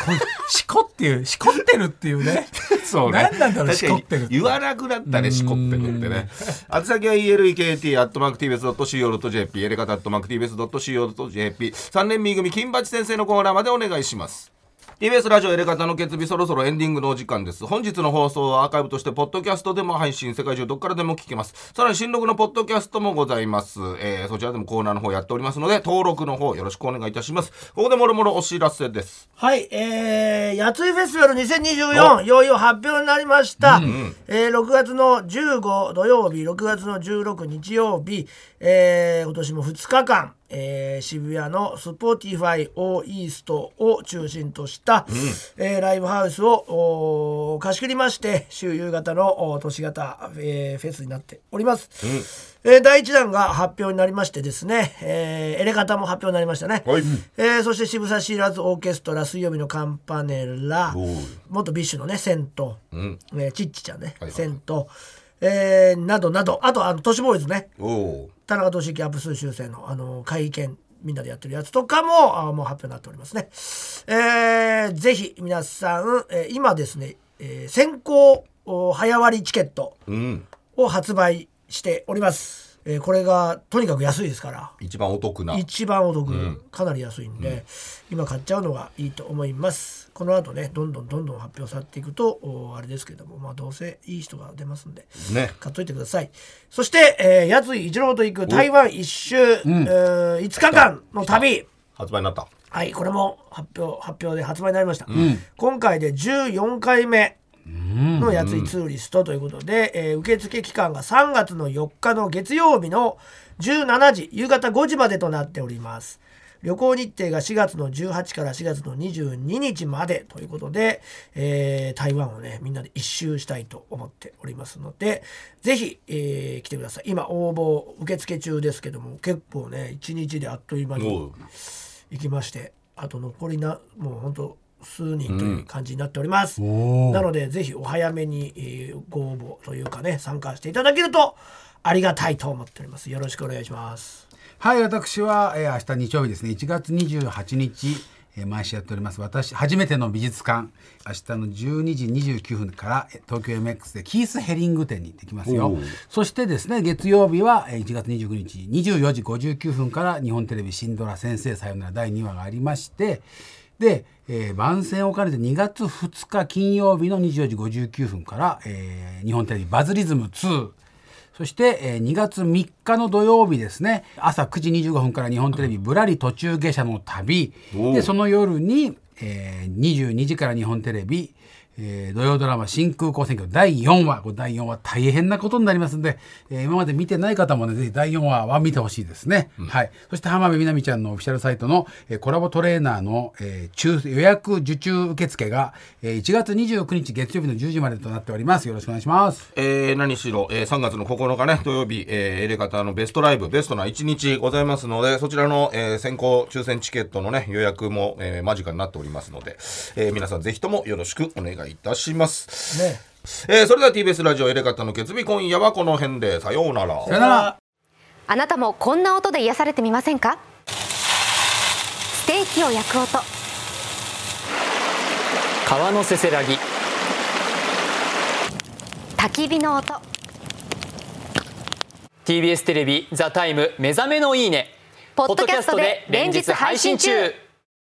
Speaker 3: しこっていう、しこってるっていうね。
Speaker 2: そうね。
Speaker 3: 何なんだろう、
Speaker 2: 確
Speaker 3: し
Speaker 2: か
Speaker 3: こっ
Speaker 2: に
Speaker 3: てるって。
Speaker 2: 言わなくなったね、しこってるってね。あつ先は elekt.mactvs.co.jp、エレカタ .mactvs.co.jp、3年 B 組金八先生のコーナーまでお願いします。 TBS ラジオエレガタの決日そろそろエンディングのお時間です本日の放送はアーカイブとしてポッドキャストでも配信世界中どっからでも聞けますさらに新録のポッドキャストもございます、えーそちらでもコーナーの方やっておりますので登録の方よろしくお願いいたしますここでもろもろお知らせです
Speaker 1: はい、えー、やついフェスティバル2024、いよいよ発表になりました。えー、6月の15土曜日、6月の16日曜日、えー、今年も2日間、えー、渋谷のスポーティファイオーイーストを中心とした、えーライブハウスをおー貸し切りまして、週夕方のおー都市型、えーフェスになっております。えー第1弾が発表になりましてですね、えーエレガタも発表になりましたね。
Speaker 2: はい
Speaker 1: えーそして渋沢シーラーズオーケストラ水曜日のカンパネラ
Speaker 2: おう
Speaker 1: 元ビッシュのねセント、えーチッチちゃんね、
Speaker 2: はいはい
Speaker 1: セント、えーなどなどあとあの都市ボーイズね
Speaker 2: おお
Speaker 1: 田中俊之アップ数修正のあの会見みんなでやってるやつとかもあもう発表になっておりますね、えーぜひ皆さん、えー今ですね、えー先行お早割りチケット
Speaker 2: うん
Speaker 1: を発売しております、えーこれがとにかく安いですから
Speaker 2: 一番お得な
Speaker 1: 一番お得、かなり安いんで、今買っちゃうのがいいと思いますこの後ねどんどんどんどん発表されていくとおあれですけどもまあどうせいい人が出ますんで
Speaker 2: ね
Speaker 1: 買っといてくださいそして、えー、やつい一郎と行く台湾一周、えー5日間の旅
Speaker 2: 発売になった
Speaker 1: はいこれも発表発表で発売になりました、今回で14回目のやついツーリストということで、えー受付期間が3月の4日の月曜日の17時夕方5時までとなっております旅行日程が4月の18から4月の22日までということで、えー台湾をねみんなで一周したいと思っておりますのでぜひ、えー来てください今応募受付中ですけども結構ね1日であっという間に
Speaker 2: う
Speaker 1: 行きましてあと残りなもうほんと数人という感じになっております、なのでぜひお早めに、えーご応募というかね参加していただけるとありがたいと思っておりますよろしくお願いします
Speaker 3: はい、私は、えー、明日日曜日ですね、1月28日、えー毎週やっております、私、初めての美術館、明日の12時29分から、えー東京 MX でキース・ヘリング展に行ってきますよ。そしてですね、月曜日は、えー1月29日、24時59分から、日本テレビ、シンドラ先生さよなら第2話がありまして、で、えー番宣を兼ねて2月2日金曜日の24時59分から、えー日本テレビバズリズム2そして、えー2月3日の土曜日ですね朝9時25分から日本テレビ「ぶらり途中下車の旅」でその夜に、えー22時から日本テレビ、えー土曜ドラマ「新空港選挙」第4話これ第4話大変なことになりますんで、えー今まで見てない方もねぜひ第4話は見てほしいですね、はい、そして浜辺美波ちゃんのオフィシャルサイトの、えーコラボトレーナーの、えー抽予約受注受付が、えー1月29日月曜日の10時までとなっておりますよろしくお願いします
Speaker 2: えー何しろ、えー3月の9日ね、土曜日、えーエレガタのベストライブ、ベストな1日ございますので、そちらの、えー先行抽選チケットのね、予約も、えー間近になっておりますので、えー皆さんぜひともよろしくお願いいたします。
Speaker 1: ね
Speaker 2: えーそれでは TBS ラジオエレガタの決日、今夜はこの辺で、さようなら。
Speaker 3: さよなら
Speaker 5: あなたもこんな音で癒されてみませんかステーキを焼く音
Speaker 6: 川のせせらぎ
Speaker 5: 焚き火の音
Speaker 6: TBS テレビ「ザタイム目覚めのいいね」
Speaker 5: ポッドキャストで連日配信中